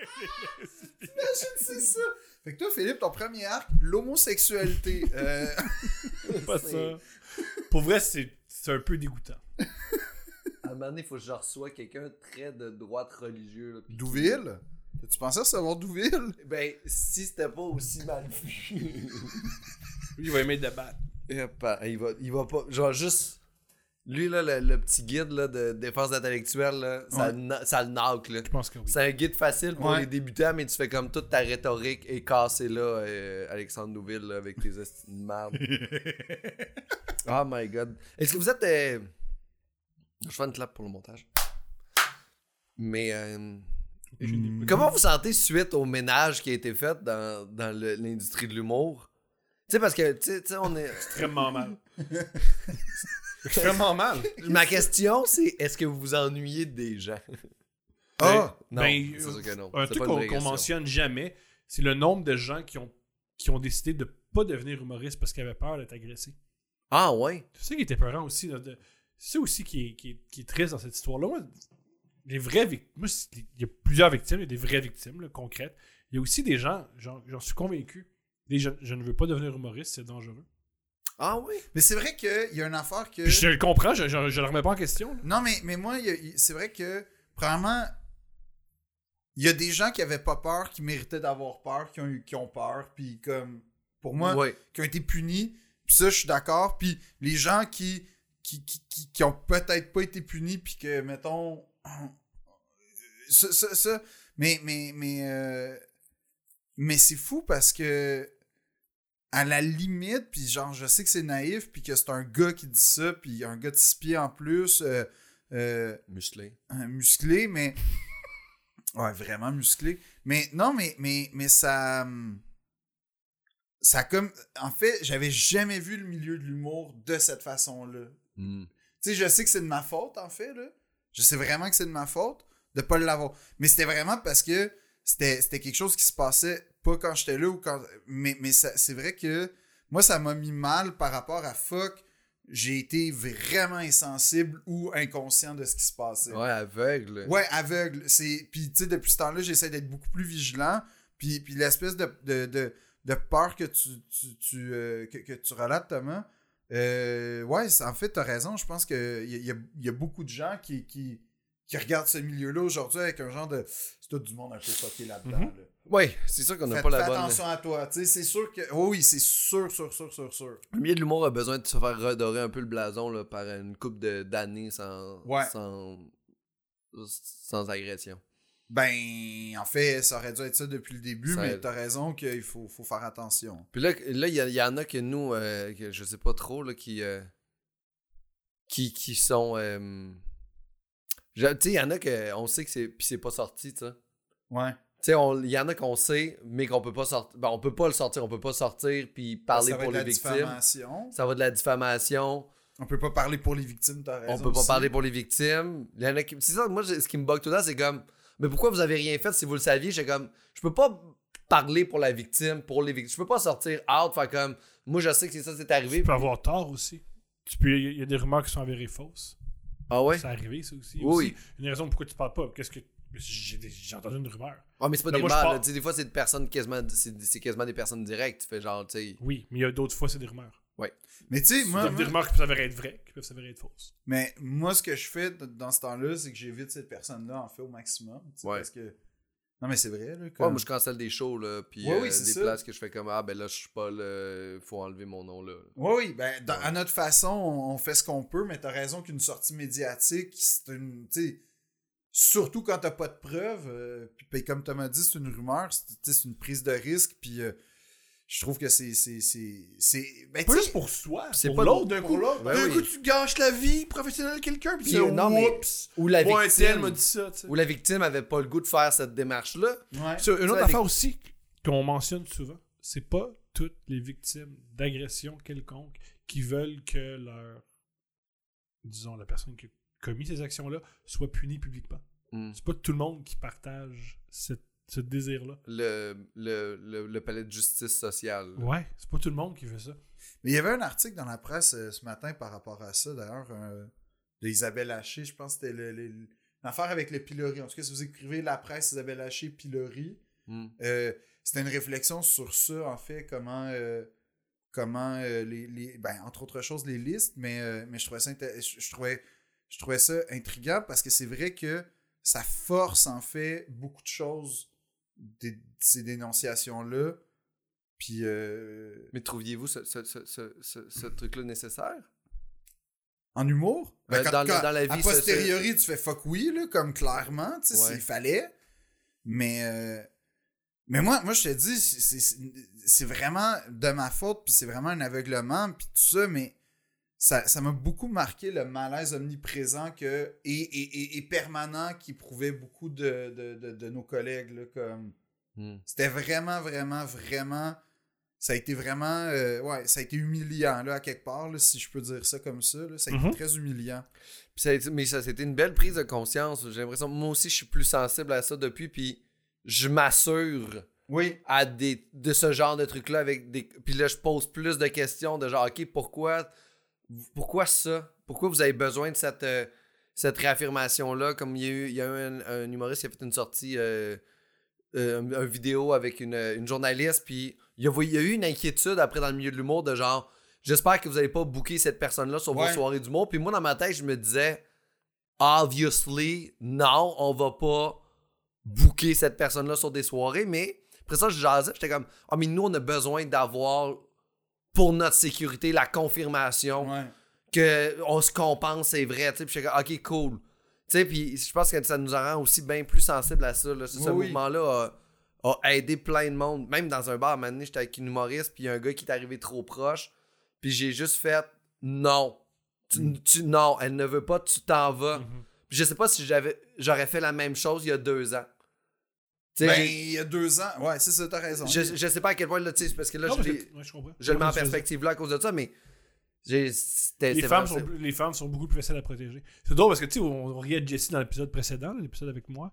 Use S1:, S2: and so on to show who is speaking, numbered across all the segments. S1: Imagine, c'est ça. Fait que toi, Philippe, ton premier arc, l'homosexualité. Euh,
S2: Pas
S1: c'est-
S2: ça. Pour vrai, c'est c'est un peu dégoûtant.
S3: À un moment donné, il faut que je reçois quelqu'un très de droite religieux. là, puis-
S1: Douville? Tu pensais recevoir Douville?
S3: Ben, si c'était pas aussi mal vu.
S2: Lui, il va aimer débattre.
S3: Eh, pa- il va, il va pas. Genre, juste. Lui, là, le, le petit guide là, de défense intellectuelle, là, ça,
S2: Ouais.
S3: na- ça le knock, là.
S2: Je pense que oui.
S3: C'est un guide facile pour
S1: Ouais.
S3: les débutants, mais tu fais comme toute ta rhétorique est cassée là, euh, Alexandre Nouville, là, avec tes estimes de merde. oh my god. Est-ce que vous êtes. euh, Je fais une clap pour le montage. Mais. euh,
S2: Mm.
S3: Comment vous sentez suite au ménage qui a été fait dans, dans le- l'industrie de l'humour? Tu sais, parce que, tu sais- tu sais, on est.
S2: Extrêmement mal. Extrêmement mal.
S3: Ma question, c'est est-ce que vous vous ennuyez des gens?
S1: Ah!
S3: Non,
S2: Ben,
S3: c'est sûr que non.
S2: Un
S3: C'est
S2: truc
S3: pas une
S2: qu'on
S3: vraie
S2: qu'on
S3: question.
S2: mentionne jamais, c'est le nombre de gens qui ont, qui ont décidé de pas devenir humoriste parce qu'ils avaient peur d'être agressés.
S3: Ah ouais?
S2: C'est ça qui était peurant aussi. là, de- C'est ça aussi qui est, qui est- qui est triste dans cette histoire-là. Moi, Les vraies victimes. Il y a plusieurs victimes, il y a des vraies victimes là, concrètes. Il y a aussi des gens, j'en j'en suis convaincu. des gens, je ne veux pas devenir humoriste, c'est dangereux.
S3: Ah oui?
S1: Mais c'est vrai qu'il y a une affaire que.
S2: Puis je le comprends, je ne le remets pas en question. là.
S1: Non, mais, mais moi, il y a- il- c'est vrai que, premièrement, il y a des gens qui avaient pas peur, qui méritaient d'avoir peur, qui ont, eu- qui ont peur, puis comme, pour moi,
S3: Ouais.
S1: qui ont été punis, puis ça, je suis d'accord, puis les gens qui, qui, qui, qui, qui ont peut-être pas été punis, puis que, mettons, ça, ça, ça- mais, mais, mais, euh, mais c'est fou parce que, à la limite, puis genre, je sais que c'est naïf, puis que c'est un gars qui dit ça, puis un gars de six pieds en plus, euh, euh,
S3: Muselé.
S1: un musclé, mais. Ouais, vraiment musclé. Mais non, mais, mais, mais ça. hum, Ça comme. En fait, j'avais jamais vu le milieu de l'humour de cette façon-là.
S3: Hmm.
S1: Tu sais, je sais que c'est de ma faute, en fait, là. Je sais vraiment que c'est de ma faute de pas l'avoir. Mais c'était vraiment parce que c'était c'était quelque chose qui se passait pas quand j'étais là ou quand. Mais, mais ça- c'est vrai que moi, ça m'a mis mal par rapport à fuck. J'ai été vraiment insensible ou inconscient de ce qui se passait.
S3: Ouais, aveugle.
S1: Ouais, aveugle. C'est... Puis, tu sais, depuis ce temps-là, j'essaie d'être beaucoup plus vigilant. Puis, puis l'espèce de, de, de, de peur que tu, tu, tu, euh, que, que tu relates, Thomas, euh, ouais, c'est- en fait, t'as raison. Je pense qu'il y a, y, a, y a beaucoup de gens qui, qui, qui regardent ce milieu-là aujourd'hui avec un genre de... C'est tout du monde un peu fucké là-dedans.
S2: Mhm.
S1: là.
S3: Ouais, c'est sûr qu'on n'a
S1: Faites-
S3: pas la
S1: fais
S3: bonne.
S1: attention à toi. Tu sais, c'est sûr que... oh oui, c'est sûr, sûr, sûr, sûr, sûr.
S3: Le milieu de l'humour a besoin de se faire redorer un peu le blason là, par une coupe d'années sans,
S1: Ouais.
S3: sans sans agression.
S1: Ben, en fait, ça aurait dû être ça depuis le début,
S3: Ça
S1: mais
S3: aide.
S1: t'as raison qu'il faut, faut faire attention.
S3: Puis là, là, il y, a- il y en a que nous, euh, que je sais pas trop, là, qui, euh, qui, qui sont. euh, je- tu sais, il y en a que on sait que c'est. Puis c'est pas sorti, tu sais.
S1: Ouais.
S3: Tu sais, on- il y en a qu'on sait, mais qu'on peut pas sortir. Ben, on peut pas le sortir, on peut pas sortir puis parler
S1: Ça va
S3: pour
S1: être
S3: les
S1: la
S3: victimes.
S1: diffamation.
S3: Ça va de la diffamation.
S1: On peut pas parler pour les victimes, t'as raison.
S3: On peut pas
S1: aussi.
S3: parler pour les victimes. Il y en a qui- C'est ça, moi, je- ce qui me bug tout le temps, c'est comme. Mais pourquoi vous avez rien fait si vous le saviez? J'ai comme. Je peux pas parler pour la victime, pour les victimes. Je peux pas sortir out, faire comme. Moi, je sais que c'est ça, c'est
S2: Tu
S3: arrivé.
S2: peux avoir tort aussi. Tu peux- Il y a des rumeurs qui sont avérées fausses.
S3: Ah ouais?
S2: C'est arrivé, ça aussi.
S3: Oui,
S2: Aussi,
S3: oui.
S2: Une raison pourquoi tu parles pas. Qu'est-ce que. J'ai des- j'ai entendu une rumeur.
S3: Ah, mais c'est pas
S2: Ben,
S3: des
S2: moi, je
S3: balles,
S2: pars-
S3: là. Tu sais, des fois, c'est des personnes quasiment. C'est c'est quasiment des personnes directes. Tu fais genre, tu sais.
S2: Oui, mais il y a d'autres fois, c'est des rumeurs.
S1: Mais tu sais, moi,
S2: des
S1: moi-
S2: rumeurs qui peuvent s'avérer être vraies, qui peuvent s'avérer être fausses.
S1: mais moi, ce que je fais d- dans ce temps-là, c'est que j'évite cette personne-là en fait au maximum. tu sais,
S3: Ouais.
S1: Parce que. Non, mais c'est vrai, là.
S3: Ouais,
S1: comme-
S3: moi, je cancelle des shows, là. Puis
S1: Ouais, oui,
S3: euh,
S1: c'est
S3: des
S1: ça.
S3: places que je fais comme. Ah, ben là, je suis pas là. Faut enlever mon nom, là.
S1: Oui, oui, ben, dans- à notre façon, on, on fait ce qu'on peut, mais t'as raison qu'une sortie médiatique, c'est une. tu sais, surtout quand t'as pas de preuves, euh, puis, puis comme Thomas dit, c'est une rumeur, c'est tu sais, c'est une prise de risque, puis euh, je trouve que c'est. c'est- c'est- c'est- Ben, tu sais,
S2: pour soi,
S3: c'est pour pas- l'autre,
S2: d'un
S1: pour l'autre.
S3: Ben
S2: d'un
S3: oui.
S2: coup, tu gâches la vie professionnelle de quelqu'un, puis
S3: Puis,
S2: c'est
S3: euh, non, mais-
S2: oups.
S3: Ou la
S2: Moi, un tel m'a
S3: victime.
S2: dit ça, tu sais.
S3: Ou la victime avait pas le goût de faire cette démarche-là.
S1: ouais.
S2: Sur une
S3: Ça,
S2: autre
S3: la
S2: affaire aussi qu'on mentionne souvent, c'est pas toutes les victimes d'agressions quelconques qui veulent que leur, disons, la personne qui a commis ces actions-là soit punie publiquement.
S3: Mm.
S2: C'est pas tout le monde qui partage cette- ce désir-là.
S3: le, le, le, le palais de justice sociale.
S2: Ouais, c'est pas tout le monde qui veut ça.
S1: Mais il y avait un article dans la presse euh, ce matin par rapport à ça, d'ailleurs, euh, d'Isabelle Haché, je pense que c'était le- le- l'affaire avec le pilori. En tout cas, si vous écrivez la presse Isabelle Haché pilori,
S3: Hmm.
S1: euh, c'était une réflexion sur ça, en fait, comment, euh, comment euh, les, les- ben, entre autres choses, les listes, mais, euh, mais je, trouvais ça inté- je, je trouvais, je trouvais ça intriguant parce que c'est vrai que ça force, en fait, beaucoup de choses, des- ces dénonciations-là. Puis, euh,
S3: Mais trouviez-vous ce, ce- ce- ce- ce- ce truc-là nécessaire?
S1: en humour,
S3: Ben,
S1: ben, quand-
S3: dans,
S1: quand-
S3: dans la vie,
S1: a
S3: ça- ça-
S1: posteriori, tu fais fuck oui, là, comme clairement, tu sais,
S3: Ouais.
S1: s'il fallait. Mais, euh, mais moi, moi, je te dis, c'est- c'est c'est vraiment de ma faute, puis c'est vraiment un aveuglement, puis tout ça, mais ça ça m'a beaucoup marqué le malaise omniprésent que, et, et- et- et permanent qui prouvait beaucoup de, de- de- de nos collègues, là, comme...
S3: Hmm.
S1: C'était vraiment, vraiment, vraiment. Ça a été vraiment. euh, ouais, ça a été humiliant, là, à quelque part, là, si je peux dire ça comme ça. là. Ça a
S2: Mhm.
S1: été très humiliant.
S3: Puis ça a été- mais ça, c'était une belle prise de conscience. J'ai l'impression, moi aussi, je suis plus sensible à ça depuis, puis je m'assure
S1: Oui.
S3: à des, de ce genre de truc-là avec des. Puis là, je pose plus de questions de genre, OK, pourquoi, pourquoi ça? Pourquoi vous avez besoin de cette, euh, cette réaffirmation-là? Comme il y a eu, il y a eu un, un humoriste qui a fait une sortie, euh, euh, un, un vidéo avec une, une journaliste, puis il y, a, il y a eu une inquiétude après dans le milieu de l'humour de genre, j'espère que vous n'allez pas booker cette personne-là sur vos
S1: Ouais.
S3: soirées d'humour. Puis moi, dans ma tête, je me disais, obviously, non, on va pas booker cette personne-là sur des soirées, mais après ça, je jasais, j'étais comme, ah, mais nous, on a besoin d'avoir, pour notre sécurité, la confirmation
S1: Ouais.
S3: que on se compense, c'est vrai, tu sais, puis j'étais comme, ok, cool. Tu sais, puis je pense que ça nous rend aussi bien plus sensibles à ça, là. Ce, ce
S1: Oui, oui.
S3: mouvement-là a, a aidé plein de monde. Même dans un bar, à un moment donné, j'étais avec une humoriste, puis il y a un gars qui est arrivé trop proche, puis j'ai juste fait, non, tu,
S1: Mm.
S3: tu- non, elle ne veut pas, tu t'en vas.
S2: Mhm.
S3: Puis je sais pas si j'avais j'aurais fait la même chose il y a deux ans. Tu sais,
S1: Ben,
S3: j'ai-
S1: il y a deux ans. Ouais, c'est ça, t'as raison.
S3: je, je sais pas à quel point là, tu sais, parce que là,
S2: Non,
S3: je,
S2: parce que-
S3: l'ai-
S2: ouais, je comprends.
S3: je le mets
S2: Ouais,
S3: en
S2: c'est-
S3: perspective là à cause de ça, mais j'ai- c'était
S2: Les
S3: Eh, c'est
S2: femmes,
S3: vraiment-
S2: sont, plus- les femmes sont beaucoup plus faciles à protéger. C'est drôle parce que, tu sais, on, on riait de Jessie dans l'épisode précédent, là, l'épisode avec moi.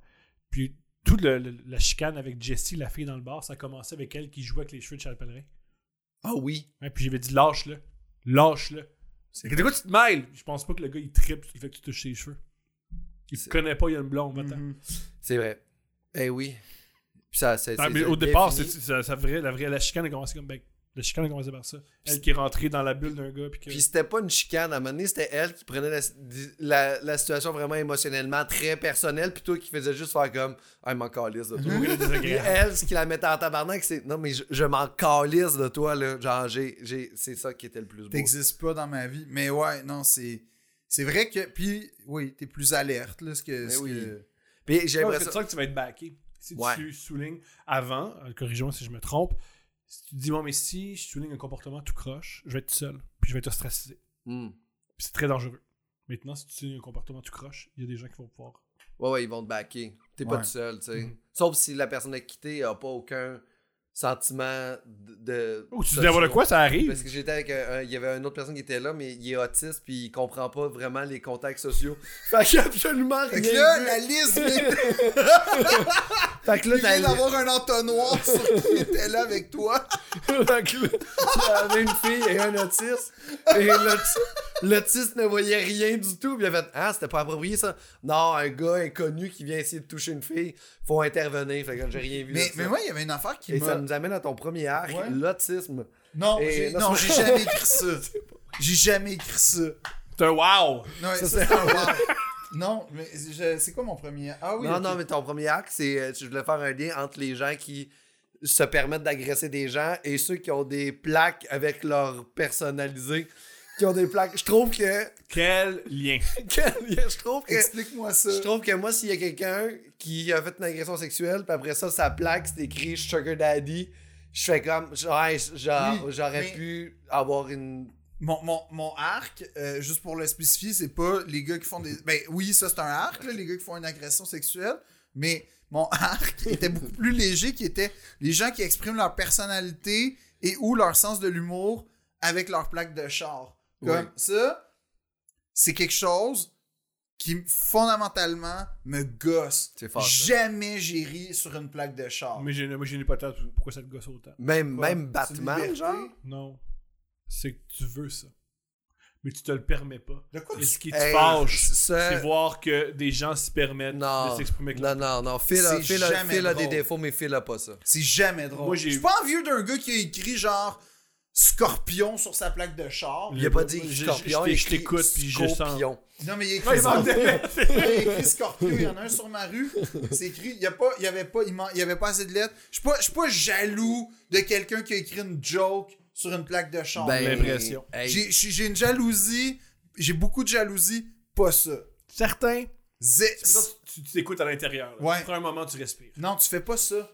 S2: Puis toute le- le- la chicane avec Jessie, la fille dans le bar, ça a commencé avec elle qui jouait avec les cheveux de Charles Pellerin.
S3: Ah oui.
S2: Ouais, puis j'avais dit, lâche-le. Lâche-le. C'est que de quoi tu te mêles Je pense pas que le gars, il tripe sur le fait que tu touches ses cheveux. Il te
S3: C'est-
S2: connaît pas, il y a une blonde, va-t'en.
S1: Mhm.
S3: C'est vrai. Eh oui. Puis ça, c'est-
S2: Ah,
S3: c'est-
S2: mais
S3: c'est
S2: au départ, c'est,
S3: défini.
S2: ça- ça vraie- la, vraie, la chicane a commencé comme. Ben, la chicane a commencé par ça. Elle qui est rentrée dans la bulle d'un gars. Puis que...
S3: Puis c'était pas une chicane. À un moment donné, c'était elle qui prenait la, la- la situation vraiment émotionnellement très personnelle. Puis toi qui faisais juste faire comme Ah, il m'en calisse de toi.
S2: Oui, elle est désagréable.
S3: Puis elle, ce qui la mettait en tabarnak, c'est Non, mais je, je m'en calisse de toi, là. Genre, j'ai, j'ai- c'est ça qui était le plus beau.
S1: T'existes pas dans ma vie. Mais ouais, non, c'est. C'est vrai que. Puis, oui, t'es plus alerte, là, ce que.
S3: Mais
S1: ce
S3: Ben Eh oui.
S1: que-
S3: Puis j'ai
S2: Ouais, parce que
S3: l'impression.
S2: tu sens que tu vas être backé. Si
S3: Ouais.
S2: tu soulignes avant, euh, corrige-moi si je me trompe, si tu te dis, bon, mais si je souligne un comportement tout croche, je vais être seul. Puis je vais être ostracisé.
S3: Hmm.
S2: Puis c'est très dangereux. Maintenant, si tu soulignes un comportement tout croche, il y a des gens qui vont pouvoir.
S3: Ouais, ouais, ils vont te backer. T'es pas
S1: Ouais.
S3: tout seul, tu sais.
S2: Mhm.
S3: Sauf si la personne à quitter a pas aucun sentiment de. de-
S2: Oh, tu dis
S3: social.
S2: avoir de quoi, ça
S3: Parce
S2: arrive.
S3: que j'étais avec. un- un- Il y avait une autre personne qui était là, mais il est autiste, puis il comprend pas vraiment les contacts sociaux. fait qu'il a absolument rien.
S1: Fait que là,
S3: vu.
S1: la liste. vient-
S3: Fait que
S1: Il
S3: là,
S1: vient
S3: t'as-
S1: d'avoir un entonnoir sur qui était là avec toi.
S3: Fait que là, J'avais une fille et un autiste. Et l'auti- l'autiste ne voyait rien du tout. Puis il a fait Ah, c'était pas approprié ça. Non, un gars inconnu qui vient essayer de toucher une fille, faut intervenir. Fait que j'ai rien vu. de
S1: Mais,
S3: ça.
S1: mais ouais, il y avait une affaire qui
S3: Et
S1: m'a.
S3: ça nous amène à ton premier arc,
S1: Ouais.
S3: l'autisme.
S1: Non,
S3: Et-
S1: j'ai-
S3: non,
S1: non,
S3: c'est-
S1: j'ai jamais écrit ça. J'ai jamais écrit ça.
S2: C'est un wow!
S1: Non, ça, c'est un wow. Non, mais je- c'est quoi mon premier. Ah oui.
S3: non,
S1: ok.
S3: non, mais ton premier acte, c'est. euh, Je voulais faire un lien entre les gens qui se permettent d'agresser des gens et ceux qui ont des plaques avec leur personnalisé. Qui ont des plaques. Je trouve que.
S2: Quel lien!
S3: que- je trouve que.
S1: Explique-moi ça.
S3: Je trouve que moi, s'il y a quelqu'un qui a fait une agression sexuelle, puis après ça, sa plaque, c'est écrit Sugar Daddy, je fais comme. Ouais, genre,
S1: Oui,
S3: j'aurais
S1: mais-
S3: pu avoir une.
S1: Mon, mon, mon arc, euh, juste pour le spécifier, c'est pas les gars qui font des. Ben oui, ça c'est un arc, là, les gars qui font une agression sexuelle, mais mon arc était beaucoup plus léger, qui était les gens qui expriment leur personnalité et ou leur sens de l'humour avec leur plaque de char. Comme
S3: Oui.
S1: ça, c'est quelque chose qui fondamentalement me gosse.
S3: C'est fort, ça.
S1: Jamais j'ai ri sur une plaque de char.
S2: Mais j'ai, moi, j'ai une hypothèse. Pourquoi ça te gosse autant?
S3: Même,
S2: Quoi?
S1: C'est
S3: même
S1: une
S3: Batman,
S1: liberté.
S3: genre.
S2: Non. C'est que tu veux ça. mais tu te le permets pas.
S1: De quoi
S2: Et ce qui te
S3: Hey,
S2: fâche,
S3: ça-
S2: c'est voir que des gens se permettent
S3: Non.
S2: de s'exprimer.
S3: Non, non, non. Phil a,
S1: C'est
S3: Phil a-
S1: jamais
S3: Phil a des
S1: drôle.
S3: défauts, mais Phil a pas ça.
S1: C'est jamais drôle.
S2: Moi, j'ai-
S1: je suis pas envieux d'un gars qui a écrit genre scorpion sur sa plaque de char.
S3: Il a pas dit
S2: Je- je-
S3: scorpion,
S2: je
S3: il a écrit
S2: t'écoute, puis je sens.
S3: scorpion.
S1: Non, mais il a écrit,
S2: Ouais, il manque
S1: scorpion.
S2: de-
S1: il a écrit scorpion. Il y en a un sur ma rue. C'est écrit. Il y, a pas, il y avait pas, il man- il y avait pas assez de lettres. Je suis pas, je suis pas jaloux de quelqu'un qui a écrit une joke sur une plaque de char.
S3: Ben,
S2: l'impression.
S3: hey,
S1: J'ai- J'ai j'ai une jalousie. J'ai beaucoup de jalousie. Pas ça.
S2: Certains.
S1: Zé-
S2: C'est pour ça que tu tu t'écoutes à l'intérieur. là.
S1: Ouais.
S2: Tu prends un moment, tu respires.
S1: Non, tu fais pas ça.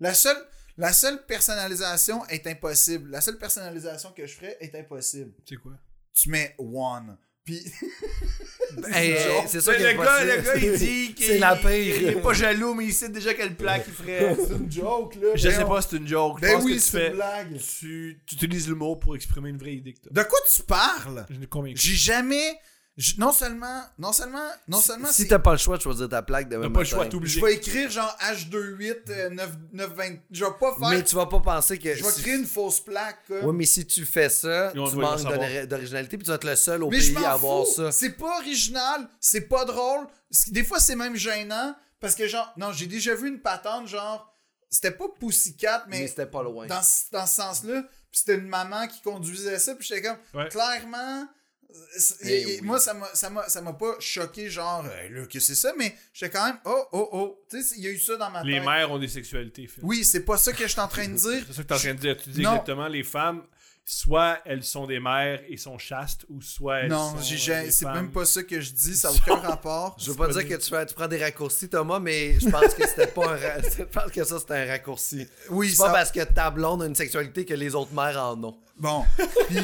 S1: La seule, la seule personnalisation est impossible. La seule personnalisation que je ferais est impossible.
S2: C'est quoi?
S1: Tu mets one. Puis
S2: Ben,
S3: hey, hey, c'est ça qui est possible.
S2: dit
S3: C'est la pire.
S2: jaloux, mais il sait déjà quelle plaque il ferait.
S1: c'est une joke, là.
S2: Je
S1: Ben,
S2: sais
S1: on-
S2: pas, c'est une joke. Je
S1: Ben
S2: pense
S1: oui,
S2: que tu
S1: c'est
S2: fais.
S1: une blague.
S2: Tu, tu utilises l'humour pour exprimer une vraie idée que t'as.
S1: De quoi tu parles?
S2: Je n'ai convaincu.
S1: J'ai jamais. j- Non seulement. Non seulement. Non seulement.
S3: Si
S1: c'est-
S3: t'as pas le choix de choisir ta plaque demain
S2: T'as
S3: matin.
S2: pas le choix, t'es obligé.
S1: Je vais écrire genre H28 euh, 9 920. Je vais pas faire.
S3: Mais tu vas pas penser que.
S1: Je vais
S3: si-
S1: créer une fausse plaque. comme.
S3: Ouais, mais si tu fais ça,
S2: Et on va
S3: tu
S2: le
S3: manques
S2: savoir.
S3: d'ori- d'originalité, puis tu vas être le seul au
S1: Mais je
S3: pays
S1: m'en
S3: à avoir
S1: fous.
S3: ça.
S1: C'est pas original, c'est pas drôle. C- Des fois, c'est même gênant parce que, genre, non, j'ai déjà vu une patente, genre, c'était pas Pussycat,
S3: Mais,
S1: mais,
S3: c'était pas loin.
S1: dans, ce- dans ce sens-là, puis c'était une maman qui conduisait ça, puis j'étais comme,
S2: Ouais.
S1: clairement, euh, c'est-
S3: Eh
S1: y- y-
S3: oui.
S1: moi, ça m'a- ça m'a ça m'a pas choqué, genre, euh, là, que c'est ça, mais j'étais quand même, oh, oh, oh, tu sais, il y a eu ça dans ma
S2: Les
S1: tête.
S2: mères ont des sexualités. Phil.
S1: Oui, c'est pas ça que je suis en train de dire.
S2: C'est ça que t'es en train de dire. Tu dis
S1: Non.
S2: exactement, les femmes, soit elles sont des mères et sont chastes, ou soit elles
S1: Non,
S2: sont,
S1: j'ai-
S2: euh,
S1: j'ai-
S2: des
S1: c'est
S2: femmes.
S1: même pas ça que je dis, ça n'a aucun rapport.
S3: Je veux pas dire que tu, fais- tu prends des raccourcis, Thomas, mais je pense que c'était pas un ra- Je pense que ça, c'était un raccourci.
S1: Oui,
S3: C'est
S1: ça-
S3: pas parce que ta blonde a une sexualité que les autres mères en ont.
S1: Bon, puis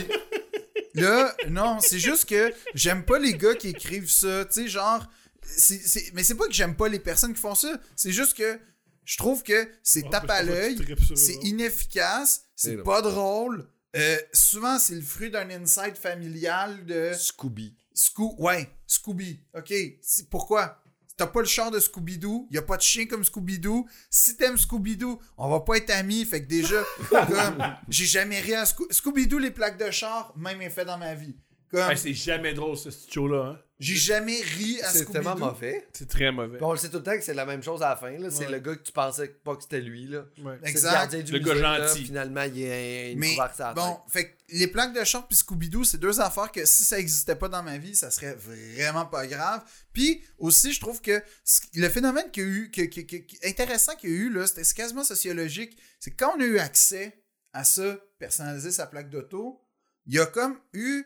S1: là, non, c'est juste que j'aime pas les gars qui écrivent ça, tu sais, genre, c'est- c'est- mais c'est pas que j'aime pas les personnes qui font ça, c'est juste que je trouve que c'est
S2: Oh,
S1: tape
S2: parce
S1: à
S2: que toi, tu
S1: l'œil,
S2: tripes sur eux
S1: c'est
S2: autres.
S1: inefficace,
S3: Et
S1: c'est
S3: là.
S1: pas drôle. Euh, souvent, c'est le fruit d'un insight familial de
S3: Scooby.
S1: Scoo ouais, Scooby. OK, c'est- pourquoi? T'as pas le char de Scooby-Doo, y a pas de chien comme Scooby-Doo. Si t'aimes Scooby-Doo, on va pas être amis. Fait que déjà, comme, j'ai jamais rien à Scoo- Scooby-Doo, les plaques de char, même effet dans ma vie. Comme,
S2: Hey, c'est jamais drôle, ce petit show-là. hein.
S1: j'ai jamais ri à
S3: C'est tellement
S1: Scooby-Doo.
S3: mauvais.
S2: C'est très mauvais.
S3: Puis on le sait tout le temps que c'est la même chose à la fin. là. C'est
S2: Ouais.
S3: le gars que tu pensais pas que c'était lui. Là.
S2: Ouais.
S1: Exact.
S3: C'est le gardien du
S2: Le gars
S3: musée, là.
S2: gentil.
S3: finalement, il est une
S1: Mais
S3: couverture sur la
S1: bon,
S3: tête.
S1: fait que les plaques de char puis Scooby-Doo, c'est deux affaires que si ça existait pas dans ma vie, ça serait vraiment pas grave. Puis aussi, je trouve que ce- le phénomène qu'il y a eu, que, que- que- que- intéressant qu'il y a eu, là, c'était c'est quasiment sociologique, c'est que quand on a eu accès à ça, personnaliser sa plaque d'auto, il y a comme eu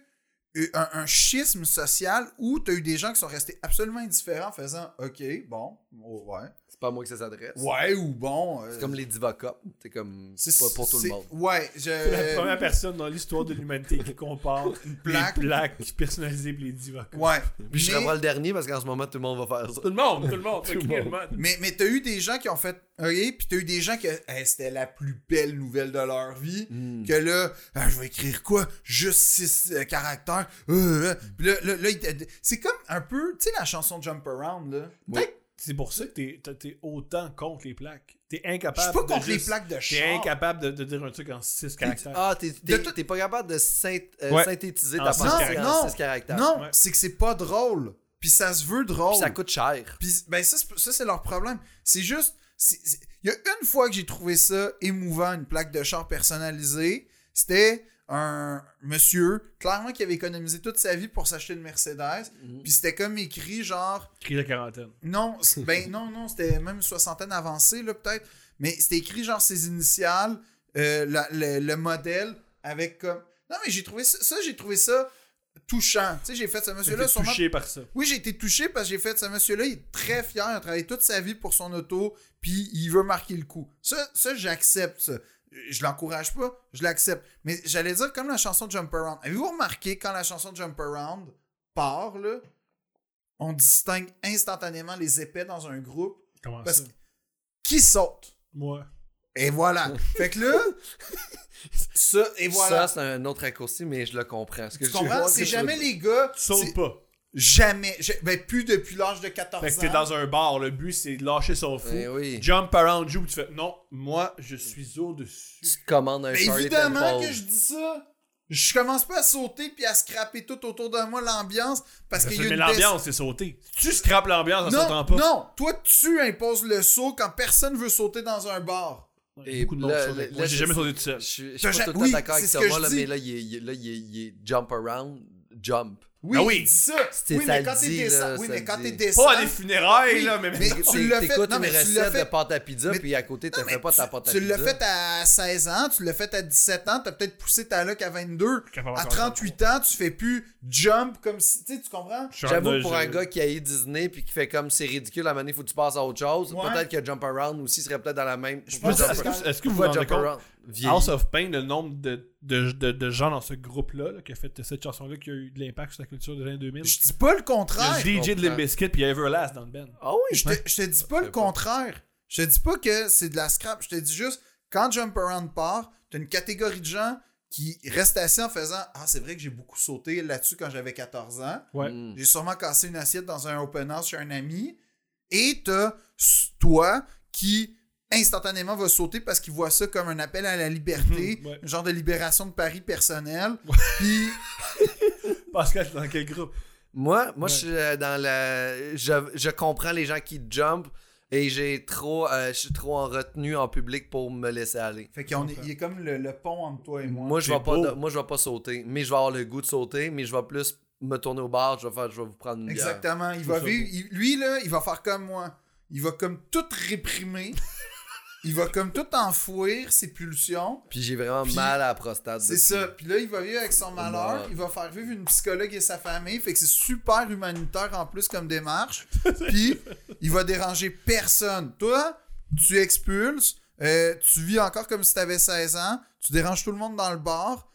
S1: eu un, un schisme social où tu as eu des gens qui sont restés absolument indifférents en faisant OK, bon, oh, ouais.
S3: C'est pas à moi que ça s'adresse.
S1: Ouais, ou bon. euh,
S3: C'est comme les divocop. C'est comme. C'est pas pour tout le
S1: c'est-
S3: monde.
S1: Ouais, je.
S2: C'est la première personne dans l'histoire de l'humanité qui compare
S1: plaque.
S2: les plaques personnalisées et les divas.
S1: Ouais.
S3: Puis je
S1: Mais-
S3: serai pas le dernier parce qu'en ce moment, tout le monde va faire ça.
S2: Tout le monde, tout le monde, tout
S3: le
S2: le monde.
S1: Mais, mais t'as eu des gens qui ont fait OK, puis t'as eu des gens que Hey, c'était la plus belle nouvelle de leur vie.
S3: Hmm.
S1: Que là, Ah, je vais écrire quoi Juste six euh, caractères. Euh, euh. Puis là, là, là, il t'a- c'est comme un peu, tu sais, la chanson de Jump Around. Là.
S3: Oui.
S2: C'est pour ça que t'es- t'es t'es autant contre les plaques. T'es
S1: Je suis
S2: incapable.
S1: pas
S2: de
S1: contre les
S2: juste-
S1: plaques de
S2: T'es
S1: char.
S2: incapable de, de dire un truc en 6 caractères.
S3: Ah, t'es
S1: De
S3: t'es-
S1: tout-
S3: t'es pas capable de synth- euh,
S2: Ouais.
S3: synthétiser
S2: En
S3: ta
S2: six
S3: pensée
S2: caractères.
S3: en
S1: Non,
S3: six caractères.
S1: Non,
S2: Ouais.
S1: c'est que c'est pas drôle. Puis ça se veut drôle.
S3: Puis ça coûte cher.
S1: Puis ben ça, c'est- ça, c'est leur problème. C'est juste, c'est- c'est- il y a une fois que j'ai trouvé ça émouvant, une plaque de char personnalisée. C'était un monsieur, clairement, qui avait économisé toute sa vie pour s'acheter une Mercedes. Puis c'était comme écrit, genre,
S2: Crise de quarantaine.
S1: non, c'est- ben non, non, c'était même une soixantaine avancée, là, peut-être. Mais c'était écrit, genre, ses initiales, euh, la- le, le modèle, avec comme. Non, mais j'ai trouvé ça, ça, j'ai trouvé ça touchant. Tu sais, j'ai fait ce monsieur-là,
S2: T'es
S1: sûrement
S2: touché par ça.
S1: oui, j'ai été touché parce que j'ai fait ce monsieur-là, il est très fier, il a travaillé toute sa vie pour son auto, puis il veut marquer le coup. Ça, ça j'accepte ça. Je l'encourage pas, je l'accepte. Mais j'allais dire comme la chanson de Jump Around. Avez-vous remarqué quand la chanson de Jump Around part, là, on distingue instantanément les épais dans un groupe
S2: Comment
S1: parce
S2: Ah, ça?
S1: que qui saute?
S2: Moi.
S1: Et voilà. fait que là, ça, et voilà.
S3: Ça, c'est un autre raccourci, mais je le comprends. Ce que
S1: tu
S3: je vois,
S1: comprends?
S3: ce que
S1: C'est
S3: je
S1: jamais
S3: veux
S1: les gars.
S2: Tu sautes
S1: c'est-
S2: pas.
S1: Jamais. J'ai- Ben, plus depuis l'âge de 14
S2: Fait
S1: ans.
S2: que t'es dans un bar, le but c'est de lâcher son fou.
S3: dire. Eh oui.
S2: Jump around you, tu fais non, moi je suis au-dessus.
S3: Tu te commandes un
S1: Mais
S3: Charlie
S1: évidemment
S3: Temple.
S1: que je dis ça. Je commence pas à sauter puis à scraper tout autour de moi l'ambiance parce qu'il y a
S2: Mais
S1: une
S2: l'ambiance, c'est sauté. Si tu scrapes l'ambiance en
S1: Non,
S2: sautant pas.
S1: non, toi tu imposes le saut quand personne veut sauter dans un bar.
S2: Il y a
S3: Et
S2: beaucoup de monde qui
S3: là,
S2: saute avec
S3: là,
S2: moi.
S3: là,
S2: J'ai
S3: je-
S2: jamais sauté tout seul.
S3: Je suis je suis pas
S1: T'as
S3: tout le temps
S1: ja- oui,
S3: d'accord avec
S1: c'est ce que
S3: Thomas,
S1: je
S3: là,
S1: dis.
S3: mais là, il est, il est- là, il est- il est jump around, jump.
S1: Oui,
S2: Ah oui.
S1: il dit ça.
S3: C'est-
S1: Oui,
S3: ça
S1: mais
S3: le
S1: quand t'es
S3: dit,
S1: descend,
S3: là,
S1: oui,
S3: ça
S1: mais
S3: le
S1: quand
S3: dit.
S1: t'es descend,
S2: Pas à des funérailles,
S1: Oui,
S2: là, mais.
S1: mais-
S3: T'éc-
S1: tu l'as fait-
S3: T'écoutes
S1: non,
S3: une
S1: mais tu
S3: recette
S1: l'as fait-
S3: de pâte à pizza,
S1: mais-
S3: puis à côté,
S1: Non,
S3: t'as
S1: mais
S3: fait pas
S1: tu-
S3: ta pâte à
S1: Tu
S3: pizza.
S1: l'as fait à 16 ans, tu l'as fait à 17 ans, t'as peut-être poussé ta loc à 22. À 38 ans, tu fais plus jump comme si. Tu sais, tu comprends?
S2: Je suis
S3: J'avoue,
S2: un-
S3: pour
S2: je-
S3: un gars qui a eu Disney puis qui fait comme c'est ridicule, à un moment donné, faut que tu passes à autre chose.
S1: Ouais.
S3: Peut-être que Jump Around aussi serait peut-être dans la même. Je
S1: pense
S3: pense
S1: que-
S2: Est-ce que- est-ce que vous vous
S3: Pourquoi
S2: rendez
S3: Jump
S2: compte
S3: Around vieillit?
S2: House of Pain, le nombre de, de, de, de gens dans ce groupe-là là, qui a fait cette chanson-là qui a eu de l'impact sur la culture des années 2000.
S1: Je dis pas le contraire.
S2: Il y a DJ de Limp
S3: comprends.
S2: Bizkit puis il y a Everlast dans le band.
S3: Ah oui,
S1: Je
S3: je
S1: te, je te dis pas le
S3: sais pas.
S1: contraire. Je te dis pas que c'est de la scrap. Je te dis juste, quand Jump Around part, t'as une catégorie de gens qui restent assis en faisant Ah, c'est vrai que j'ai beaucoup sauté là-dessus quand j'avais 14 ans.
S2: Ouais.
S3: Mm.
S1: J'ai sûrement cassé une assiette dans un open house chez un ami. Et t'as s- toi qui instantanément va sauter parce qu'il voit ça comme un appel à la liberté,
S2: Mhm, ouais.
S1: un genre de libération de Paris personnel. Puis
S2: Pascal, t'es dans quel groupe
S3: Moi,
S2: Ouais.
S3: moi je suis euh, dans la. Je, je comprends les gens qui jump et j'ai trop. euh, je suis trop en retenue en public pour me laisser aller.
S1: fait qu'on est, il est comme le, le pont entre toi et moi.
S3: Moi, je
S2: c'est
S3: vais pas,
S2: beau.
S3: de- moi, je vais pas sauter, mais je vais avoir le goût de sauter, mais je vais plus me tourner au bar, je vais, faire, je vais vous prendre une bière.
S1: Exactement. Il
S2: Je
S1: va
S2: trouve ça
S1: vivre. il- lui, là, il va faire comme moi. Il va comme tout réprimer. il va comme tout enfouir ses pulsions.
S3: Puis j'ai vraiment
S1: Puis-
S3: mal à la prostate.
S1: C'est
S3: depuis.
S1: ça. Puis là, il va vivre avec
S3: Oh,
S1: son malheur.
S3: Ouais.
S1: Il va faire vivre une psychologue et sa famille. Fait que c'est super humanitaire en plus comme démarche. Puis il va déranger personne. Toi, tu expulses. euh, tu vis encore comme si t'avais 16 ans. Tu déranges tout le monde dans le bar.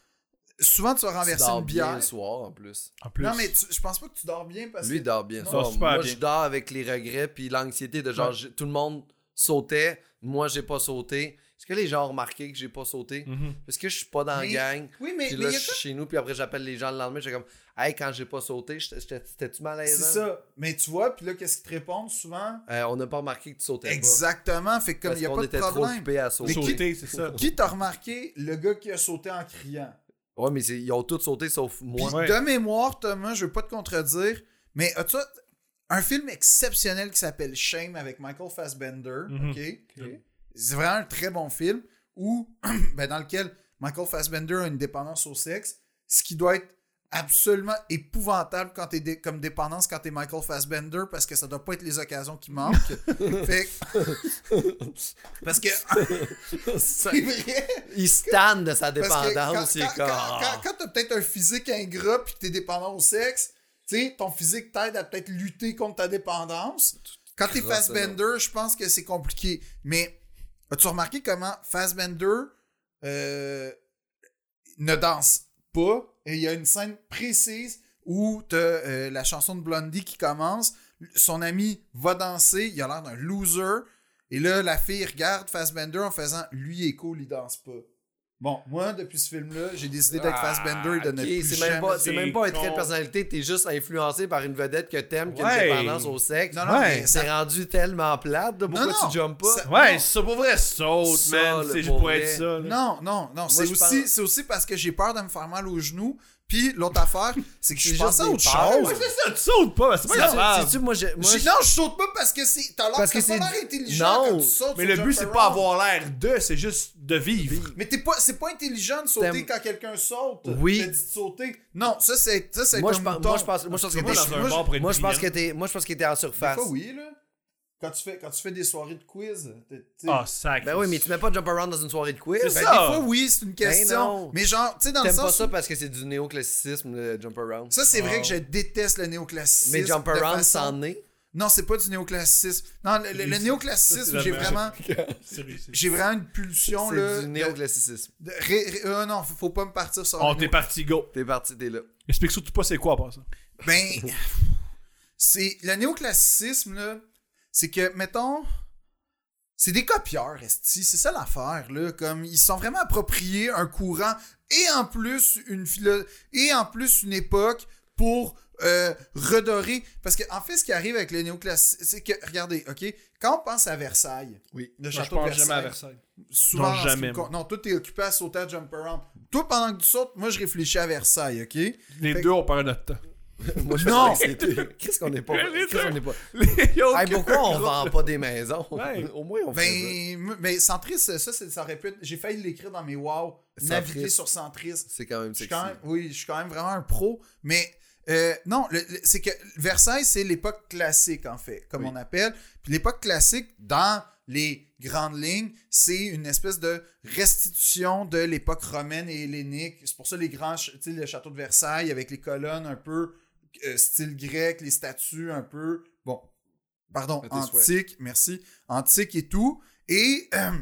S1: Souvent, tu vas
S3: Tu
S1: renverser
S3: dors
S1: une
S3: bien
S1: bière.
S3: le soir en plus.
S2: En plus.
S1: Non, mais tu- je pense pas que tu dors bien parce que.
S3: Lui, il dort bien le
S1: Non,
S3: soir.
S2: dort super
S3: Moi,
S2: bien.
S3: je dors avec les regrets puis l'anxiété de genre,
S2: Ouais.
S3: j'ai- tout le monde sautait, moi, j'ai pas sauté. Est-ce que les gens ont remarqué que j'ai pas sauté?
S2: Mhm.
S3: Parce que je suis pas dans
S1: Mais-
S3: la gang.
S1: Oui, mais,
S3: Puis
S1: mais
S3: là,
S1: il y a
S3: je suis chez nous, puis après, j'appelle les gens le lendemain, j'ai comme, hey, quand j'ai pas sauté, j'étais- j'étais- c'était-tu malaisant?
S1: C'est ça. Mais tu vois, puis là, qu'est-ce qu'ils te répondent souvent?
S3: Euh, on n'a pas remarqué que tu sautais
S1: Exactement. Fait que
S3: pas.
S1: comme il n'y a
S3: qu'on
S1: pas de
S3: était trop
S1: problème.
S3: occupés à
S1: Mais
S3: sauter.
S1: qui-
S2: Sauter, c'est ça.
S1: Qui t'a remarqué le gars qui a sauté en criant?
S3: Ouais, mais c'est- ils ont tous sauté sauf
S1: Puis
S3: moi.
S2: Ouais.
S1: de mémoire, Thomas, je veux pas te contredire, mais as-tu un film exceptionnel qui s'appelle Shame avec Michael Fassbender,
S2: Mhm.
S1: OK?
S2: Ok.
S1: C'est vraiment un très bon film où, ben, dans lequel Michael Fassbender a une dépendance au sexe, ce qui doit être absolument épouvantable quand t'es dé- comme dépendance quand t'es Michael Fassbender parce que ça doit pas être les occasions qui manquent. fait que- parce que
S3: Ça-
S1: c'est vrai.
S3: il se tanne de sa
S1: Parce que quand-
S3: dépendance. il est
S1: Quand,
S3: comme,
S1: quand-
S3: ah.
S1: quand- quand t'as peut-être un physique ingrat puis que t'es dépendant au sexe, tu sais, ton physique t'aide à peut-être lutter contre ta dépendance. Quand t'es
S3: Grosse
S1: Fassbender, je pense que c'est compliqué. Mais as-tu remarqué comment Fassbender euh, ne danse pas et il y a une scène précise où t'as euh, la chanson de Blondie qui commence, son ami va danser, il a l'air d'un loser. Et là, la fille regarde Fassbender en faisant Lui est cool, il danse pas. Bon, moi, depuis ce film-là, j'ai décidé d'être
S2: Ah,
S1: Fassbender et de ne
S3: Ok,
S1: plus
S3: c'est même,
S1: jamais-
S3: pas- c'est
S2: c'est
S3: même pas un trait de
S2: con.
S3: personnalité, t'es juste influencé par une vedette que t'aimes, qui a
S2: Ouais.
S3: une dépendance au sexe.
S1: Non, non,
S2: Ouais.
S1: mais ça-
S3: C'est rendu tellement plate, là, pourquoi
S1: Non, non,
S3: tu jumpes pas?
S1: ça-
S2: Ouais,
S1: Non.
S2: c'est ça pour vrai, saute,
S3: Ça,
S2: man.
S3: le
S2: C'est juste
S3: pour
S2: pour
S3: vrai.
S2: être ça. là.
S1: Non, non, non. C'est
S3: je
S1: aussi,
S3: pense-
S1: c'est aussi parce que j'ai peur de me faire mal aux genoux. Puis l'autre affaire, c'est que je
S3: C'est
S1: suis passé à
S3: juste
S1: autre
S3: des peurs.
S1: chose.
S2: Ouais, c'est ça, tu sautes pas, c'est pas
S3: Sais-tu-
S2: grave.
S3: sais-tu, moi, j'ai- moi,
S1: J'ai- non, je saute pas parce que c'est. T'as l'air
S3: Parce
S1: t'as
S3: que
S1: pas
S3: c'est-
S1: l'air intelligent
S3: Non.
S1: quand tu sautes.
S2: Mais
S1: sur
S2: le but,
S1: Jump
S2: c'est pas
S1: Around.
S2: avoir l'air de, c'est juste de vivre.
S1: Mais t'es pas, c'est pas intelligent de sauter
S3: T'aimes-
S1: quand quelqu'un saute.
S3: Oui.
S1: T'as dit de sauter. Non, ça c'est, ça c'est
S3: Moi,
S1: un
S3: je pense,
S1: mouton.
S3: moi, je pense, moi, je pense que
S2: Moi, dans un
S3: t'es-
S2: bar pour être
S3: moi, je pense que
S2: brillant.
S3: t'es, moi, je pense que t'es en
S1: Des
S3: surface.
S1: fois, oui là. Quand tu fais, quand tu fais des soirées de quiz. t'es- t'sais-
S2: Ah, sac.
S3: Ben oui, mais tu mets pas jump around dans une soirée de quiz.
S1: Ben,
S2: C'est
S1: des
S2: ça.
S1: fois, oui, c'est une question.
S3: Ben non.
S1: mais genre, tu sais, dans le
S3: T'aimes pas
S1: sens.
S3: ça
S1: où-
S3: parce que c'est du néoclassicisme, le jump around.
S1: Ça, c'est vrai
S2: Oh.
S1: que je déteste le néoclassicisme.
S3: Mais jump
S1: de
S3: around,
S1: façon-
S3: c'en est.
S1: Non, c'est pas du néoclassicisme. Non, le, le- le
S2: Ça, c'est
S1: néoclassicisme,
S2: la
S1: j'ai
S2: merde.
S1: vraiment,
S2: Sérieux, c'est-
S1: j'ai vraiment une pulsion là.
S3: C'est du
S1: de-
S3: néoclassicisme.
S1: de- ré- ré- euh, non, faut- faut pas me partir sur.
S2: On
S1: le
S2: t'est Oh, parti, go.
S3: T'es parti, t'es là.
S2: Explique surtout pas c'est quoi, à part ça.
S1: Ben, c'est le néoclassicisme là, c'est que mettons, c'est des copieurs, esti, c'est ça l'affaire là, comme ils se sont vraiment appropriés un courant et en plus une philo- et en plus une époque pour euh, redorer parce que en fait ce qui arrive avec le néoclassicisme, c'est que regardez, OK, quand on pense à Versailles,
S3: Oui.
S1: le
S2: Moi, Je
S1: château de
S2: pense
S1: Versailles,
S2: jamais à Versailles.
S1: souvent
S2: Non,
S1: en ce qui me
S2: jamais,
S1: con- non, toi t'es occupé à sauter à jump around. Toi, pendant que tu sautes, moi, je réfléchis à Versailles, OK?
S2: Les
S1: Fait-
S2: deux, on perd notre temps.
S3: Moi, je
S1: Non.
S3: non! Qu'est-ce qu'on n'est pas.
S2: Les
S3: Qu'est-ce qu'on
S2: deux.
S3: n'est pas.
S2: Les autres
S3: Hey,
S2: que-
S3: pourquoi on vend pas des maisons?
S2: Ouais.
S3: Au moins, on fait
S1: Ben, m- ben centriste, ça, c'est- ça aurait pu être- J'ai failli l'écrire dans mes wow.
S3: Centriste.
S1: Naviguer sur centriste.
S3: ça. C'est quand
S1: Je
S3: même
S1: suis
S3: sexy.
S1: quand même- oui, je suis quand même vraiment un pro, mais euh, non, le- le- c'est que Versailles, c'est l'époque classique, en fait, comme
S3: Oui.
S1: on appelle. Puis l'époque classique, dans les grandes lignes, c'est une espèce de restitution de l'époque romaine et hellénique. C'est pour ça les grands, ch- tu sais, le château de Versailles avec les colonnes un peu euh, style grec, les statues un peu, bon, pardon,
S3: À tes souhaits.
S1: antique, merci, antique et tout. Et euh,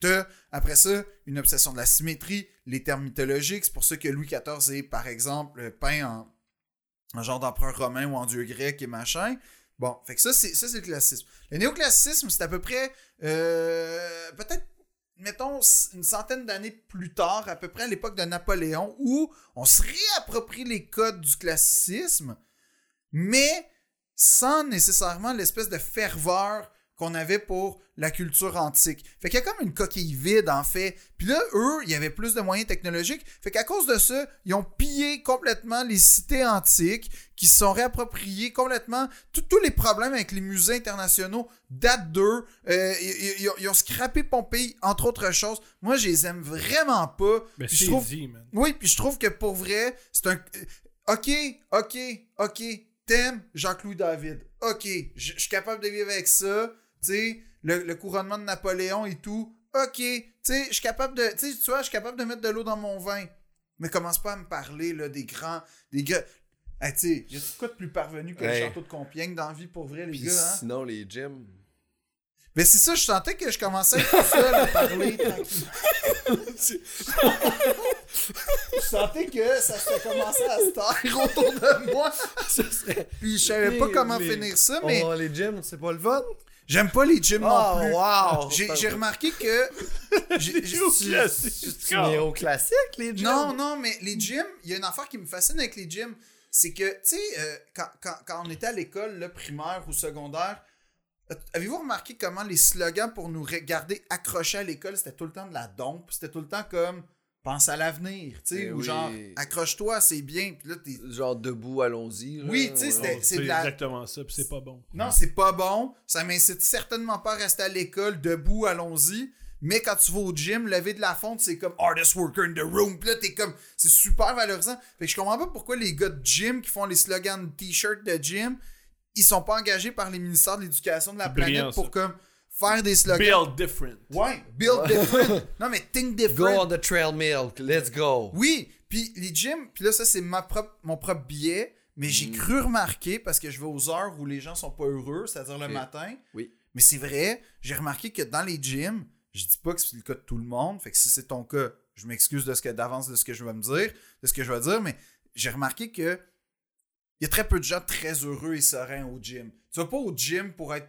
S1: t'as, après ça, une obsession de la symétrie, les termes mythologiques. C'est pour ça que Louis XIV est, par exemple, euh, peint en, en genre d'empereur romain ou en dieu grec et machin. Bon, fait que ça, c'est, ça, c'est le classicisme. Le néoclassicisme, c'est à peu près, euh, peut-être, mettons, c- une centaine d'années plus tard, à peu près à l'époque de Napoléon, où on se réapproprie les codes du classicisme, mais sans nécessairement l'espèce de ferveur qu'on avait pour la culture antique. Fait qu'il y a comme une coquille vide, en fait. Puis là, eux, il y avait plus de moyens technologiques. Fait qu'à cause de ça, ils ont pillé complètement les cités antiques, qui se sont réappropriées complètement. Tout- tous les problèmes avec les musées internationaux datent d'eux. Euh, ils, ils- ils ont, ils ont scrappé Pompéi, entre autres choses. Moi, je les aime vraiment pas.
S2: Mais
S1: Puis je
S2: Ben, c'est
S1: trouve
S2: dit, man.
S1: oui, puis je trouve que pour vrai, c'est un. euh, Ok, ok, ok. T'aimes Jean-Claude David. Ok, je je suis capable de vivre avec ça. Tu sais, le, le couronnement de Napoléon et tout. Ok, tu sais, je suis capable de. Tu sais, tu vois, je suis capable de mettre de l'eau dans mon vin. Mais commence pas à me parler, là, des grands. Des gars. Ah, tu sais, j'ai quoi de plus parvenu que
S3: Ouais.
S1: le château de Compiègne dans la vie pour vrai, les
S3: Puis
S1: gars, hein?
S3: sinon, les gyms.
S1: Mais c'est ça, je sentais que je commençais à être tout seul à parler tranquille. je sentais que ça se commençait à se taire autour de moi.
S3: Ce serait.
S1: Puis je savais pas comment finir ça, mais
S3: Oh, les gyms, c'est pas le fun?
S1: j'aime pas les gyms non plus.
S3: wow!
S1: J'ai- J'ai remarqué que. j'ai- j'ai-
S3: C'est néoclassique, les gyms?
S1: Non, non, mais les gyms, il y a une affaire qui me fascine avec les gyms. C'est que, tu sais, euh, quand, quand, quand on était à l'école, le primaire ou secondaire, euh, avez-vous remarqué comment les slogans pour nous re- garder accrochés à l'école, c'était tout le temps de la dompe, c'était tout le temps comme pense à l'avenir, tu sais,
S3: Eh
S1: ou
S3: oui.
S1: genre accroche-toi, c'est bien. Puis là, t'es-
S3: Genre debout, allons-y. là.
S1: Oui, tu sais, c'était-
S2: Non,
S1: c'est
S2: C'est
S1: de la-
S2: exactement ça, puis c'est pas bon.
S1: Non, c'est pas bon, ça m'incite certainement pas à rester à l'école, debout, allons-y. Mais quand tu vas au gym, lever de la fonte, c'est comme hardest worker in the room. Puis là, t'es comme, c'est super valorisant. Fait que je comprends pas pourquoi les gars de gym qui font les slogans de t-shirt de gym, ils sont pas engagés par les ministères de l'éducation de la
S2: C'est brillant,
S1: planète pour comme faire des slogans.
S2: Build different.
S1: Ouais, build different. non, mais think
S3: Go
S1: different.
S3: on the trail milk, let's go!
S1: Oui, puis les gyms, puis là, ça, c'est ma propre, mon propre billet, mais
S3: Hmm.
S1: j'ai cru remarquer, parce que je vais aux heures où les gens sont pas heureux, c'est-à-dire
S3: Ok.
S1: le matin.
S3: Oui.
S1: Mais c'est vrai, j'ai remarqué que dans les gyms, je dis pas que c'est le cas de tout le monde, fait que si c'est ton cas, je m'excuse de ce que d'avance de ce que je vais me dire, de ce que je vais dire, mais j'ai remarqué que il y a très peu de gens très heureux et sereins au gym. Tu vas pas au gym pour être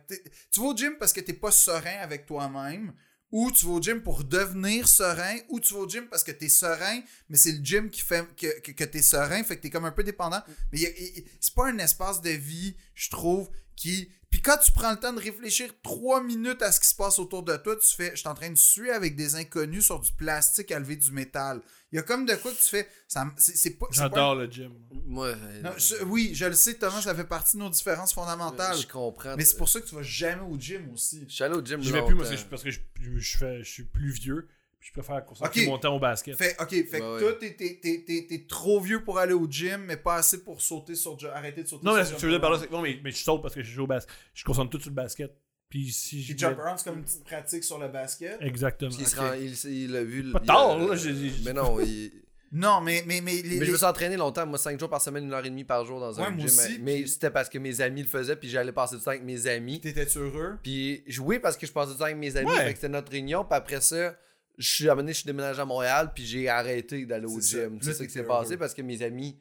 S1: tu vas au gym parce que t'es pas serein avec toi-même ou tu vas au gym pour devenir serein, ou tu vas au gym parce que t'es serein, mais c'est le gym qui fait que, que, que t'es serein, fait que t'es comme un peu dépendant. Mais il y a- il- il- c'est pas un espace de vie, je trouve, qui... Puis quand tu prends le temps de réfléchir trois minutes à ce qui se passe autour de toi, tu fais « Je suis en train de suer avec des inconnus sur du plastique à lever du métal. » Il y a comme de quoi que tu fais... Ça, me- c'est, c'est pas, c'est pas un-
S2: J'adore le gym.
S3: Moi, euh,
S1: Non, je- oui, je le sais, Thomas, ça fait partie de nos différences fondamentales.
S3: Euh, je comprends.
S1: Mais c'est pour ça que tu vas jamais au gym aussi.
S3: Je suis allé au gym.
S2: Je vais plus, moi, c'est
S3: longtemps.
S2: je- parce que je, je- je fais- je suis plus vieux, puis je préfère consacrer
S1: Ok.
S2: mon temps au basket.
S1: Fait, ok, fait
S3: Ouais,
S1: que
S3: ouais.
S1: toi, t'es- t'es- t'es t'es- t'es trop vieux pour aller au gym, mais pas assez pour sauter sur jo- arrêter de sauter
S2: Non, mais ce
S1: sur
S2: que tu veux dire par là, c'est que- non, mais, mais je saute parce que je joue au basket. Je concentre tout sur le basket. Puis si je.
S1: Puis jump around, c'est comme une petite pratique sur le basket.
S2: Exactement.
S3: Puis il, se
S1: Ok.
S3: rend- il, il a vu. le-
S2: Pas
S3: il
S2: tard,
S3: a-
S2: là, j'ai- j'ai-
S3: Mais non, il-
S1: Non, mais, mais, mais, les-
S3: mais je me
S1: les-
S3: suis entraîné longtemps. Moi, 5 jours par semaine, une heure et demie par jour dans un
S1: Ouais, moi
S3: gym.
S1: aussi,
S3: mais
S1: puis-
S3: c'était parce que mes amis le faisaient, puis j'allais passer du temps avec mes amis.
S1: t'étais heureux.
S3: Puis jouer parce que je passais du temps avec mes amis,
S2: Ouais.
S3: fait que c'était notre réunion. Puis après ça, je suis amené, je suis déménagé à Montréal, puis j'ai arrêté d'aller au
S1: C'est ça.
S3: gym.
S1: Là,
S3: C'est ça qui
S1: t'étais
S3: s'est passé
S1: heureux.
S3: parce que mes amis,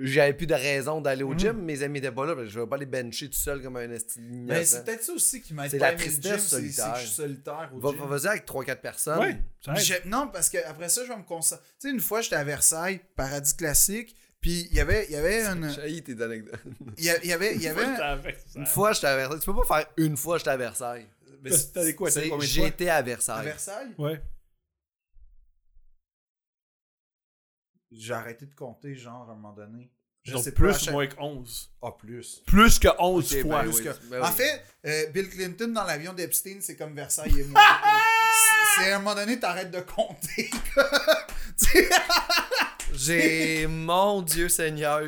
S3: j'avais plus de raison d'aller au
S1: Mhm.
S3: gym. Mes amis étaient pas là, parce que je vais pas les bencher tout seul comme un esti
S1: Mais
S3: innocent.
S1: Ben, c'est peut-être ça aussi qui m'a
S3: C'est la
S1: gym,
S3: tristesse
S1: c'est- c'est
S3: solitaire.
S1: que je suis solitaire au
S3: Va-
S1: gym.
S3: va- Vas-y avec 3-4 personnes.
S2: Ouais, ça aide.
S1: Puis j'ai- Non, parce que après ça, je vais me concentrer. Tu sais, une fois, j'étais à Versailles, paradis classique, puis il y avait, il y avait une.
S3: J'ai haï tes anecdotes.
S1: Il y a- il y avait. il y avait un-
S3: Une fois, j'étais à Versailles. Tu peux pas faire une fois, j'étais à Versailles.
S1: Mais
S2: Parce que t'as des quoi, t'as
S1: c'est-
S2: des combien de
S3: J'étais à Versailles.
S1: À Versailles
S2: Ouais.
S1: J'ai arrêté de compter, genre, à un moment donné. Je
S2: Donc
S1: sais pas, à
S2: plus
S1: chaque-
S2: ou moins que 11.
S1: Ah, plus.
S2: Plus que 11
S3: Ok,
S2: fois.
S3: ben
S1: Plus
S3: oui,
S1: que-
S3: ben
S1: en
S3: oui.
S1: fait, euh, Bill Clinton dans l'avion d'Epstein, c'est comme Versailles et moi. C'est- c'est à un moment donné, t'arrêtes de compter. Tu sais,
S3: J'ai. Mon Dieu Seigneur.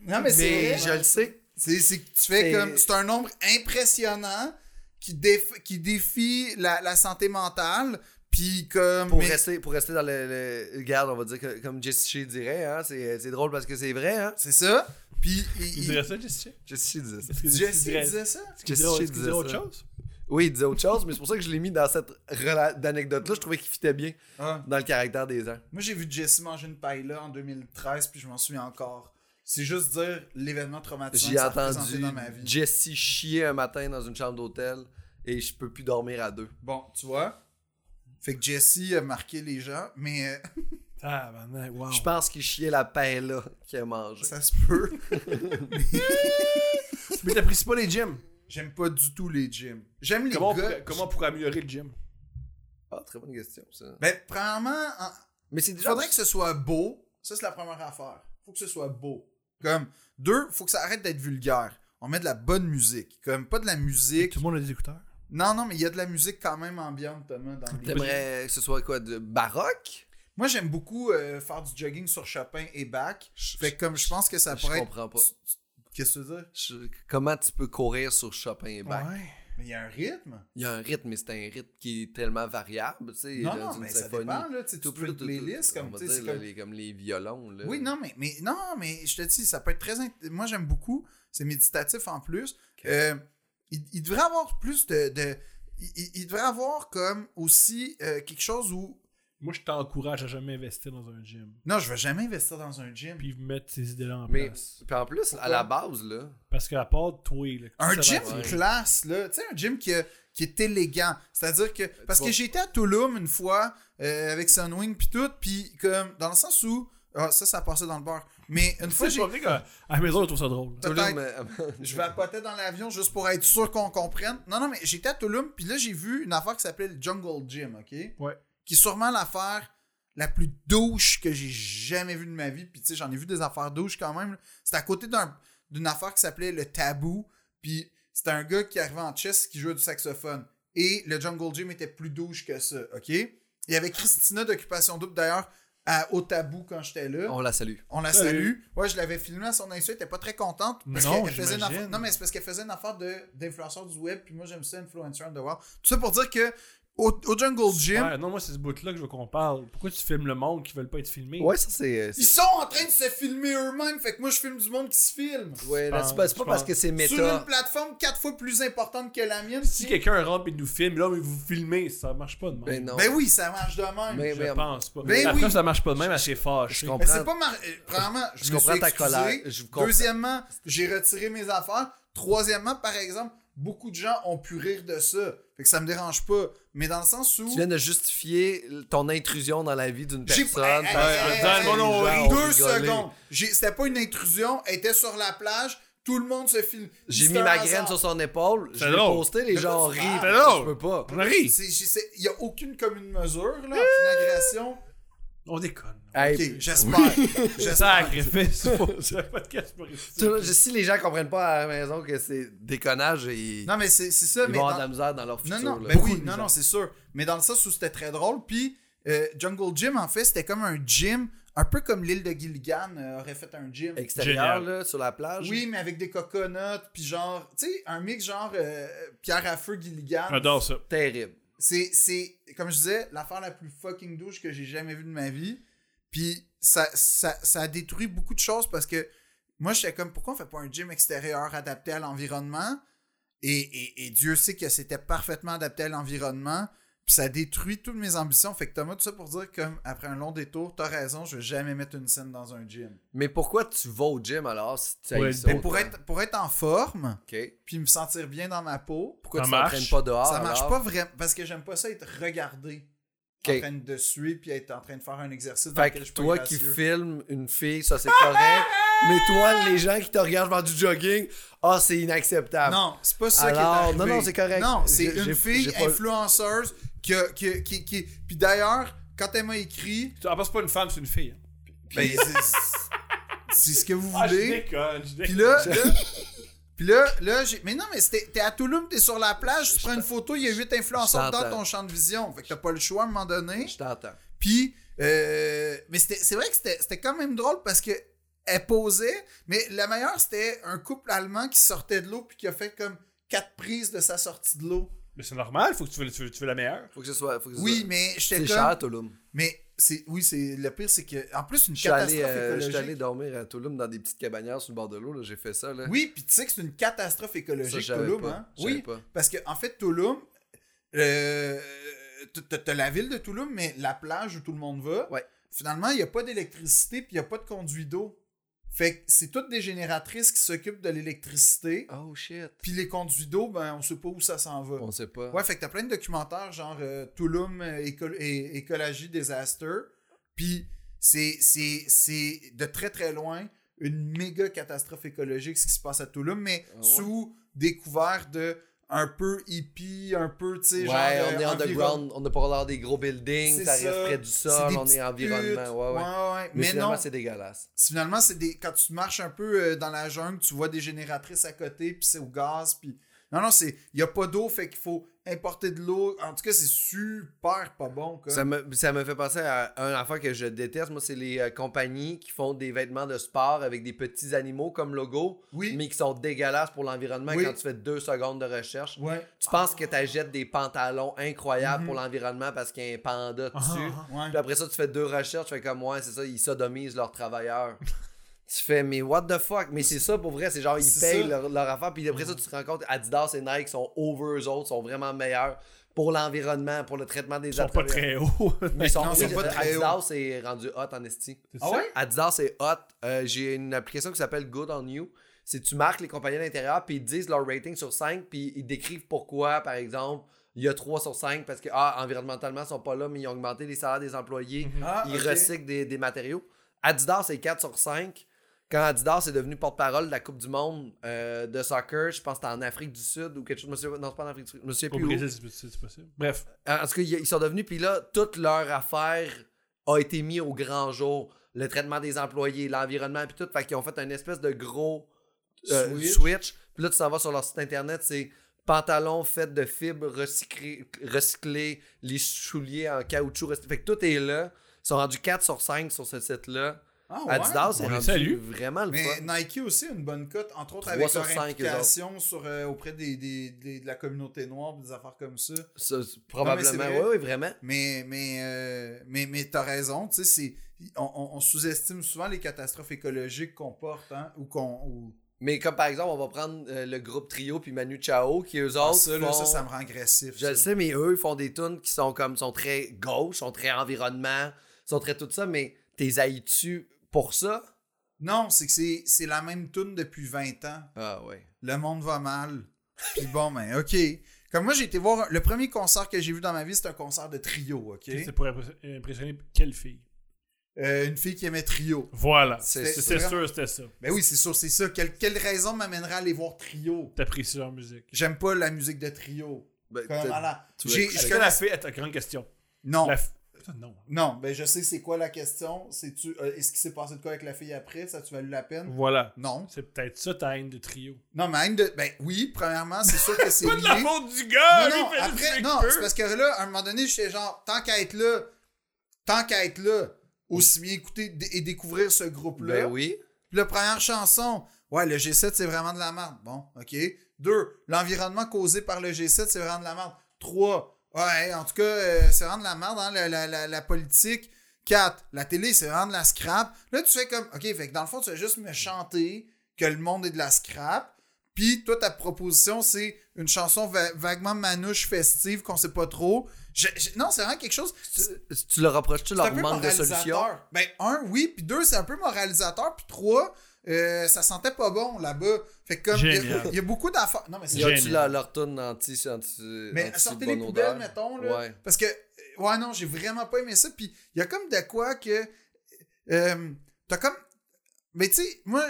S1: non, mais
S3: Mais,
S1: c'est.
S3: je le sais.
S1: C'est c'est que tu fais
S3: C'est-
S1: comme. C'est un nombre impressionnant qui, déf- qui défie la, la santé mentale. Puis comme.
S3: Pour,
S1: mais-
S3: rester, pour rester dans le, le- Regarde, on va dire que, comme Jesse Shea dirait, hein, c'est c'est drôle parce que c'est vrai. Hein.
S1: C'est ça. Puis. il-
S2: Tu
S1: il-
S2: dirais ça, Jessica?
S3: Jesse Shea disait ça.
S2: Est-ce que
S1: Jesse
S2: tu dirais-
S1: disait ça.
S2: est-ce que tu
S3: Jesse
S2: dirais- est-ce
S3: Shea
S2: que tu
S3: disait
S2: dirais autre
S3: ça.
S2: chose?
S3: Oui, il disait autre chose, mais c'est pour ça que je l'ai mis dans cette rela- anecdote-là. Je trouvais qu'il fitait bien
S1: Ah.
S3: dans le caractère des gens.
S1: Moi, j'ai vu Jesse manger une paille là en 2013, puis je m'en souviens encore. C'est juste dire l'événement traumatisant
S3: J'ai
S1: que ça a représenté
S3: entendu
S1: dans ma vie.
S3: Jesse chier un matin dans une chambre d'hôtel et je peux plus dormir à deux.
S1: Bon, tu vois. Fait que Jesse a marqué les gens, mais euh,
S2: Ah, ben, wow.
S3: Je pense qu'il chiait la paix là qu'il a mangé.
S1: ça se peut.
S2: Mais t'apprécies pas les gyms.
S1: J'aime pas du tout les gyms. J'aime les
S2: Comment, on
S1: gars.
S2: pourrait- comment on pourrait améliorer le gym?
S3: Ah, très bonne question, ça.
S1: Ben, premièrement, en-
S3: Mais c'est
S1: il
S3: déjà.
S1: faudrait que ce soit beau. Ça, c'est la première affaire. Faut que ce soit beau. Comme, deux, faut que ça arrête d'être vulgaire. On met de la bonne musique. Comme, pas de la musique.
S2: le monde a des écouteurs.
S1: Non, non, mais il y a de la musique quand même ambiante, Thomas, dans les
S3: T'aimerais que ce soit quoi de baroque
S1: Moi, j'aime beaucoup euh, faire du jogging sur Chopin et back. Fait que comme je pense que ça
S3: Je
S1: pourrait être-
S3: comprends pas.
S1: Qu'est-ce que tu veux dire?
S3: Je- Comment tu peux courir sur Chopin et Bach
S2: Ouais.
S1: Mais il y a un rythme.
S3: Il y a un rythme, mais c'est un rythme qui est tellement variable, tu sais.
S1: Non,
S3: dans
S1: non,
S3: une
S1: mais ça
S3: symphonie.
S1: dépend, là. Tu sais, tu peux une playlist,
S3: on
S1: comme,
S3: va
S1: tu sais,
S3: dire,
S1: c'est
S3: là,
S1: comme-
S3: les, comme les violons, là.
S1: Oui, non, mais, mais, non, mais je te dis, ça peut être très... int- Moi, j'aime beaucoup. C'est méditatif en plus. Euh, il, il devrait avoir plus de... de- il- Il, il devrait avoir comme aussi euh, quelque chose où...
S2: Moi, je t'encourage à jamais investir dans un gym.
S1: Non, je vais jamais investir dans un gym.
S2: Puis mettre ces idées-là en
S3: Mais,
S2: place.
S3: puis en plus, à la base, là,
S2: Parce qu'à part toi, là,
S1: Un
S2: ça
S1: gym
S2: va être-
S1: classe, là. Tu sais, un gym qui, a- qui est élégant. C'est-à-dire que. Parce que
S3: vas-
S1: j'étais à Tulum une fois euh, avec Sunwing puis tout, puis comme. Dans le sens où. Ah, ça, ça passait dans le bar. Mais une fois,
S2: C'est
S1: j'ai.
S2: pas vrai qu'à à la maison, on trouve ça drôle.
S1: Peut-être.
S3: Toulouse, mais-
S1: Je vapotais dans l'avion juste pour être sûr qu'on comprenne. Non, non, mais j'étais à Tulum, puis là, j'ai vu une affaire qui s'appelle le Jungle Gym, OK?
S2: Ouais.
S1: Qui est sûrement l'affaire la plus douche que j'ai jamais vue de ma vie. Puis, tu sais, j'en ai vu des affaires douches quand même. C'était à côté d'un- d'une affaire qui s'appelait le Tabou. Puis, c'était un gars qui arrivait en chess qui jouait du saxophone. Et le Jungle Gym était plus douche que ça, OK? Il y avait Christina d'Occupation Double, d'ailleurs, à- au Tabou quand j'étais là.
S3: on la salue.
S1: On la
S2: Salut.
S1: salue. Ouais, je l'avais filmé à son insu, elle était pas très contente. Parce
S2: Non,
S1: qu'elle faisait une
S2: j'imagine.
S1: affaire- Non, mais c'est parce qu'elle faisait une affaire de- d'influenceur du web, puis moi j'aime ça, influencer underworld. Tout ça pour dire que au, au Jungle Gym,
S2: Ouais, non, moi, c'est ce bout-là que je veux qu'on parle. Pourquoi tu filmes le monde qui veulent pas être filmés?
S3: Ouais, ça, c'est.
S1: ils sont en train de se filmer eux-mêmes, fait que moi je filme du monde qui se filme.
S3: Ouais, là,
S2: Je
S3: c'est pas,
S2: pense-
S3: c'est
S2: je
S3: pas parce
S2: pense.
S3: que c'est
S1: Sur une
S3: méta.
S1: plateforme quatre fois plus importante que la mienne.
S2: Si quelqu'un rentre et nous filme, là, mais vous filmez, ça marche pas de même.
S3: Ben non.
S1: Ben oui, ça marche de même.
S3: Mais-
S2: je
S3: mais-
S2: pense pas.
S1: Ben
S2: Après,
S1: oui.
S2: ça marche pas de même, assez fâché.
S3: Je
S1: Mais
S3: comprends.
S1: c'est pas mar... euh, Premièrement, je,
S3: Je
S1: me
S3: comprends
S1: suis
S3: ta
S1: excusé.
S3: colère, je vous comprends.
S1: Deuxièmement, j'ai retiré mes affaires. Troisièmement, par exemple, beaucoup de gens ont pu rire de ça. Fait que ça me dérange pas. Mais dans le sens où.
S3: Tu viens de justifier ton intrusion dans la vie d'une
S1: J'ai-
S3: personne.
S1: Hey, hey,
S3: parce
S1: hey,
S3: que
S1: hey,
S3: les
S1: hey,
S3: gens
S2: hey, hey,
S3: ont
S1: Deux
S3: rigolé.
S1: secondes. J'ai- C'était pas une intrusion. Elle était sur la plage. Tout le monde se filme.
S3: J'ai mis
S1: C'était un
S3: ma
S1: hasard.
S3: graine sur son épaule, je
S2: C'est
S3: l'ai
S2: drôle.
S3: posté, les
S1: De
S3: gens
S1: quoi tu
S3: rient.
S1: parles?
S2: C'est
S3: Je peux pas.
S2: On rit.
S1: C'est- j'ai- c'est- Il n'y a aucune commune mesure, là, entre une agression.
S2: On déconne.
S1: Ok,
S3: Hey,
S1: j'espère. J'espère.
S2: Sacrifice. C'est un podcast pour réussir.
S3: tu- si les gens comprennent pas à la maison que c'est déconnage, ils,
S1: Non, mais c'est c'est ça.
S3: ils
S1: mais
S3: vont avoir
S1: dans-
S3: de la misère dans leur futur.
S1: Non, non,
S3: là.
S1: ben oui, non, non, c'est sûr. Mais dans le sens où c'était très drôle, puis euh, Jungle Gym, en fait, c'était comme un gym, un peu comme l'île de Gilligan euh, aurait fait un gym.
S3: Extérieur,
S2: Génial.
S3: là, sur la plage.
S1: Oui, mais avec des coconuts, puis genre, tu sais, un mix genre euh, pierre à feu Gilligan.
S2: J'adore ça.
S3: Terrible.
S1: C'est, c'est, comme je disais, l'affaire la plus fucking douche que j'ai jamais vue de ma vie. Puis ça, ça, ça a détruit beaucoup de choses parce que moi, j'étais comme, pourquoi on fait pas un gym extérieur adapté à l'environnement? Et, et- et Dieu sait que c'était parfaitement adapté à l'environnement. Puis ça détruit toutes mes ambitions. Fait que Thomas, tout ça pour dire, comme après un long détour, t'as raison, je vais jamais mettre une scène dans un gym.
S3: Mais pourquoi tu vas au gym alors si tu
S2: Ouais,
S3: haïs ça
S1: Mais pour
S3: autant?
S1: être, pour être en forme,
S3: Ok.
S1: puis me sentir bien dans ma peau,
S3: Pourquoi
S2: Ça
S3: tu
S2: marche.
S3: t'entraînes pas dehors
S1: ça marche
S3: Ah,
S1: pas
S3: alors?
S1: vraiment. Parce que j'aime pas ça être regardé.
S3: Ok.
S1: En train de suer puis être en train de faire un exercice dans
S3: Fait
S1: lequel
S3: que
S1: je peux
S3: toi qui filmes une fille, ça c'est correct. mais toi, les gens qui te regardent faire du jogging, ah, c'est inacceptable.
S1: Non, c'est pas ça
S3: Alors,
S1: qui est arrivé.
S3: non, non, c'est correct.
S1: Non, c'est
S3: J'ai-
S1: une
S3: j'ai-
S1: fille
S3: j'ai pas-
S1: influenceuse qui, a- qui, qui, qui- Puis d'ailleurs, quand elle m'a écrit.
S2: Ah, bah, c'est pas une femme, c'est une fille. hein.
S1: Ben, c'est- c'est- c'est ce que vous
S2: Ah, je
S1: voulez.
S2: déconne, je
S1: Puis
S2: déconne.
S1: là, là, puis là, là, j'ai. Mais non, mais c'était- t'es à Touloum, t'es sur la plage, tu prends une photo, il y a huit influenceurs dans
S3: t'entends.
S1: ton champ de vision. Fait que t'as pas le choix à un moment donné.
S3: Je t'entends.
S1: Puis, euh, mais c'était- c'est vrai que c'était c'était quand même drôle parce que elle posait, mais la meilleure, c'était un couple allemand qui sortait de l'eau puis qui a fait comme quatre prises de sa sortie de l'eau.
S2: Mais c'est normal, faut que tu veux, tu veux- tu veux la meilleure.
S3: Faut que ce soit. Faut que ce
S1: Oui,
S3: soit-
S1: mais j'étais comme...
S3: C'est cher, Tulum.
S1: Mais c'est oui, c'est le pire c'est que en plus une
S3: Je suis allé,
S1: catastrophe
S3: euh, je suis allé
S1: écologique.
S3: dormir à Tulum dans des petites cabanières sur le bord de l'eau. là, J'ai fait ça. Là.
S1: Oui, puis tu sais que c'est une catastrophe
S3: ça,
S1: écologique
S3: je savais
S1: Touloum
S3: pas.
S1: hein.
S3: Je savais
S1: Oui,
S3: pas.
S1: parce que en fait Touloum euh, t'as- t'as t'as la ville de Touloum mais la plage où tout le monde va.
S3: Ouais.
S1: Finalement, il n'y a pas d'électricité puis il n'y a pas de conduit d'eau. Fait que c'est toutes des génératrices qui s'occupent de l'électricité.
S3: Oh shit.
S1: Puis les conduits d'eau, ben on sait pas où ça s'en va.
S3: On sait pas.
S1: Ouais, fait que t'as plein de documentaires genre euh, Tulum euh, éco- é- Ecology Disaster. Puis c'est c'est- c'est de très très loin une méga catastrophe écologique ce qui se passe à Tulum, mais
S3: Ah ouais.
S1: sous découvert de un peu hippie, un peu, tu sais,
S3: Ouais,
S1: genre.
S3: on
S1: euh,
S3: est
S1: environ-
S3: underground, on n'a pas l'air des gros buildings,
S1: C'est
S3: ça reste
S1: ça.
S3: près du
S1: C'est
S3: sol,
S1: des
S3: on
S1: petites
S3: est
S1: huttes.
S3: environnement, ouais, ouais.
S1: ouais.
S3: Mais,
S1: Mais,
S3: finalement,
S1: non,
S3: c'est dégueulasse.
S1: finalement, c'est des. Quand tu marches un peu euh, dans la jungle, tu vois des génératrices à côté, puis c'est au gaz, puis. Non, non, c'est. Il n'y a pas d'eau, fait qu'il faut importer de l'eau. En tout cas, c'est super pas bon. Comme.
S3: Ça me, ça me fait penser à un affaire que je déteste, moi, c'est les euh, compagnies qui font des vêtements de sport avec des petits animaux comme logo,
S1: Oui.
S3: mais qui sont dégueulasses pour l'environnement
S1: Oui.
S3: quand tu fais deux secondes de recherche.
S1: Ouais.
S3: Tu penses que tu jettes des pantalons
S1: Mhm.
S3: incroyables
S1: Ah,
S3: pour l'environnement parce qu'il y a un panda dessus.
S1: Ouais.
S3: Puis après ça, tu fais deux recherches, tu fais comme ouais, c'est ça, ils sodomisent leurs travailleurs. tu fais mais what the fuck? Mais c'est ça pour vrai, c'est genre ils
S1: C'est
S3: payent
S1: ça.
S3: leur, leur affaire, puis après ça, tu te rends compte, Adidas et Nike sont over eux autres, sont vraiment meilleurs pour l'environnement, pour le traitement des
S2: Ils sont pas
S3: athlètes.
S2: très hauts.
S3: Mais ils sont,
S1: Non, ils sont pas très
S3: Adidas est rendu hot en esti.
S2: C'est
S1: Ah
S2: ça?
S1: ouais?
S3: Adidas est hot. Euh, J'ai une application qui s'appelle Good on You. C'est tu marques les compagnies à l'intérieur, puis ils disent leur rating sur 5, puis ils décrivent pourquoi, par exemple, il y a 3 sur 5 parce que, ah, environnementalement, ils sont pas là, mais ils ont augmenté les salaires des employés,
S1: Ah,
S3: ils
S1: ok.
S3: recyclent des, des matériaux. Adidas est 4 sur 5. Quand Adidas est devenu porte-parole de la Coupe du Monde euh, de soccer, je pense que c'était en Afrique du Sud ou quelque chose. Monsieur, non, c'est pas en Afrique du Sud. Monsieur
S2: Au Brésil, c'est- c'est c'est possible. Bref.
S3: en en tout cas, ils ils sont devenus, puis là, toute leur affaire a été mise au grand jour. Le traitement des employés, l'environnement, puis tout. Fait qu'ils ont fait un espèce de gros euh, switch.
S1: Switch.
S3: Puis là, tu s'en vas sur leur site internet, c'est pantalons faits de fibres recyclées, recyclées, les souliers en caoutchouc recyclé. Fait que tout est là. Ils sont rendus 4 sur 5 sur ce site-là.
S1: Ah, ouais.
S3: Adidas est
S2: On les
S3: rendu
S2: salue.
S3: vraiment le
S1: Mais
S3: fun.
S1: Nike aussi a une bonne cote, entre autres
S3: Trois
S1: avec
S3: sur
S1: leur
S3: cinq, eux autres.
S1: implication sur, euh, auprès des, des- des- de la communauté noire, des affaires comme ça.
S3: Ça, c'est probablement,
S1: c'est vrai.
S3: oui, oui, vraiment.
S1: Mais, mais, euh, mais, mais t'as raison, tu sais, c'est- on, on- on sous-estime souvent les catastrophes écologiques qu'on porte, hein, ou qu'on... ou-
S3: Mais comme par exemple, on va prendre euh, le groupe Trio puis Manu Chao, qui eux
S1: Ah,
S3: autres.
S1: ça, là, ça,
S3: font-
S1: ça me rend agressif.
S3: Je
S1: ça.
S3: le sais, mais eux, ils font des tunes qui sont comme sont très gauche, sont très environnement, sont très tout ça, mais t'es haïtu pour ça?
S1: Non, c'est que c'est- c'est la même tune depuis 20 ans.
S3: Ah ouais.
S1: le monde va mal. Puis bon, ben, OK. Comme moi, j'ai été voir. Le premier concert que j'ai vu dans ma vie, c'est un concert de trio, OK?
S2: C'est pour impré- impressionner quelle fille.
S1: Euh, une fille qui aimait trio.
S2: Voilà.
S3: C'est-
S2: C'est c'est
S1: c'est
S2: sûr, c'était ça.
S1: Ben oui, c'est sûr, c'est ça. Quelle, quelle raison m'amènerait à aller voir trio?
S2: T'apprécies leur musique.
S1: J'aime pas la musique de trio.
S3: Ben,
S1: Comme,
S3: t'as-
S1: voilà.
S3: tu vas
S1: J'ai-
S3: écouter
S1: je
S2: Est-ce
S3: la-
S2: que
S1: connais-
S2: la fille est ta grande question?
S1: Non,
S2: La f- Putain, non.
S1: non, ben je sais c'est quoi la question. C'est-tu, euh, est-ce qu'il s'est passé de quoi avec la fille après? Ça tu valu la peine?
S2: Voilà.
S1: Non.
S2: C'est peut-être ça ta haine de trio.
S1: Non, mais Anne de- ben oui, premièrement, c'est sûr que c'est
S2: Pas
S1: lié.
S2: de la faute du gars!
S1: non, non,
S2: lui, fais-le ce
S1: après,
S2: qu'il
S1: non,
S2: peut.
S1: c'est parce que là, à un moment donné, j'étais genre, tant qu'à être là, tant qu'à être là, aussi bien écouter d- et découvrir ce groupe-là.
S3: Ben oui.
S1: Puis la première chanson, ouais, le G7, c'est vraiment de la merde. Bon, OK. Deux, l'environnement causé par le G7, c'est vraiment de la merde. Trois, ouais, en tout cas, euh, c'est vraiment de la merde, hein, la, la- la- la politique. Quatre, la télé, c'est vraiment de la scrap. Là, tu fais comme, OK, fait que dans le fond, tu vas juste me chanter que le monde est de la scrap. Puis, toi, ta proposition, c'est une chanson va- vaguement manouche, festive, qu'on sait pas trop. Je- je- non, c'est vraiment quelque chose.
S3: Tu, tu leur reproches-tu
S1: C'est un
S3: leur
S1: peu
S3: manque de solution?
S1: moralisateur. Ben, un, oui, puis deux, c'est un peu moralisateur, puis trois, euh, ça sentait pas bon là-bas. Fait que comme, il y a-
S2: Génial.
S1: il y, a beaucoup d'affaires. Non, mais c'est
S3: Y a-tu
S2: Génial.
S3: leur, leur tune anti, anti
S1: Mais
S3: anti-
S1: sortez les
S3: bonne
S1: poubelles,
S3: odeur?
S1: mettons, là.
S3: Ouais.
S1: Parce que, euh, ouais, non, j'ai vraiment pas aimé ça. Puis il y a comme de quoi que. euh, T'as comme. Mais tu sais, moi,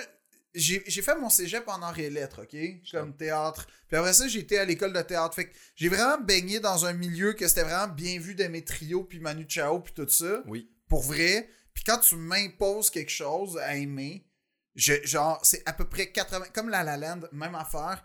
S1: j'ai j'ai fait mon cégep en arts et lettres, OK? Comme théâtre. Puis après ça, j'étais à l'école de théâtre. Fait que j'ai vraiment baigné dans un milieu que c'était vraiment bien vu d'aimer Trio, puis Manu Chao, puis tout ça
S3: Oui.
S1: pour vrai. Puis quand tu m'imposes quelque chose à aimer, je- genre, c'est à peu près 80... Comme La La Land, même affaire.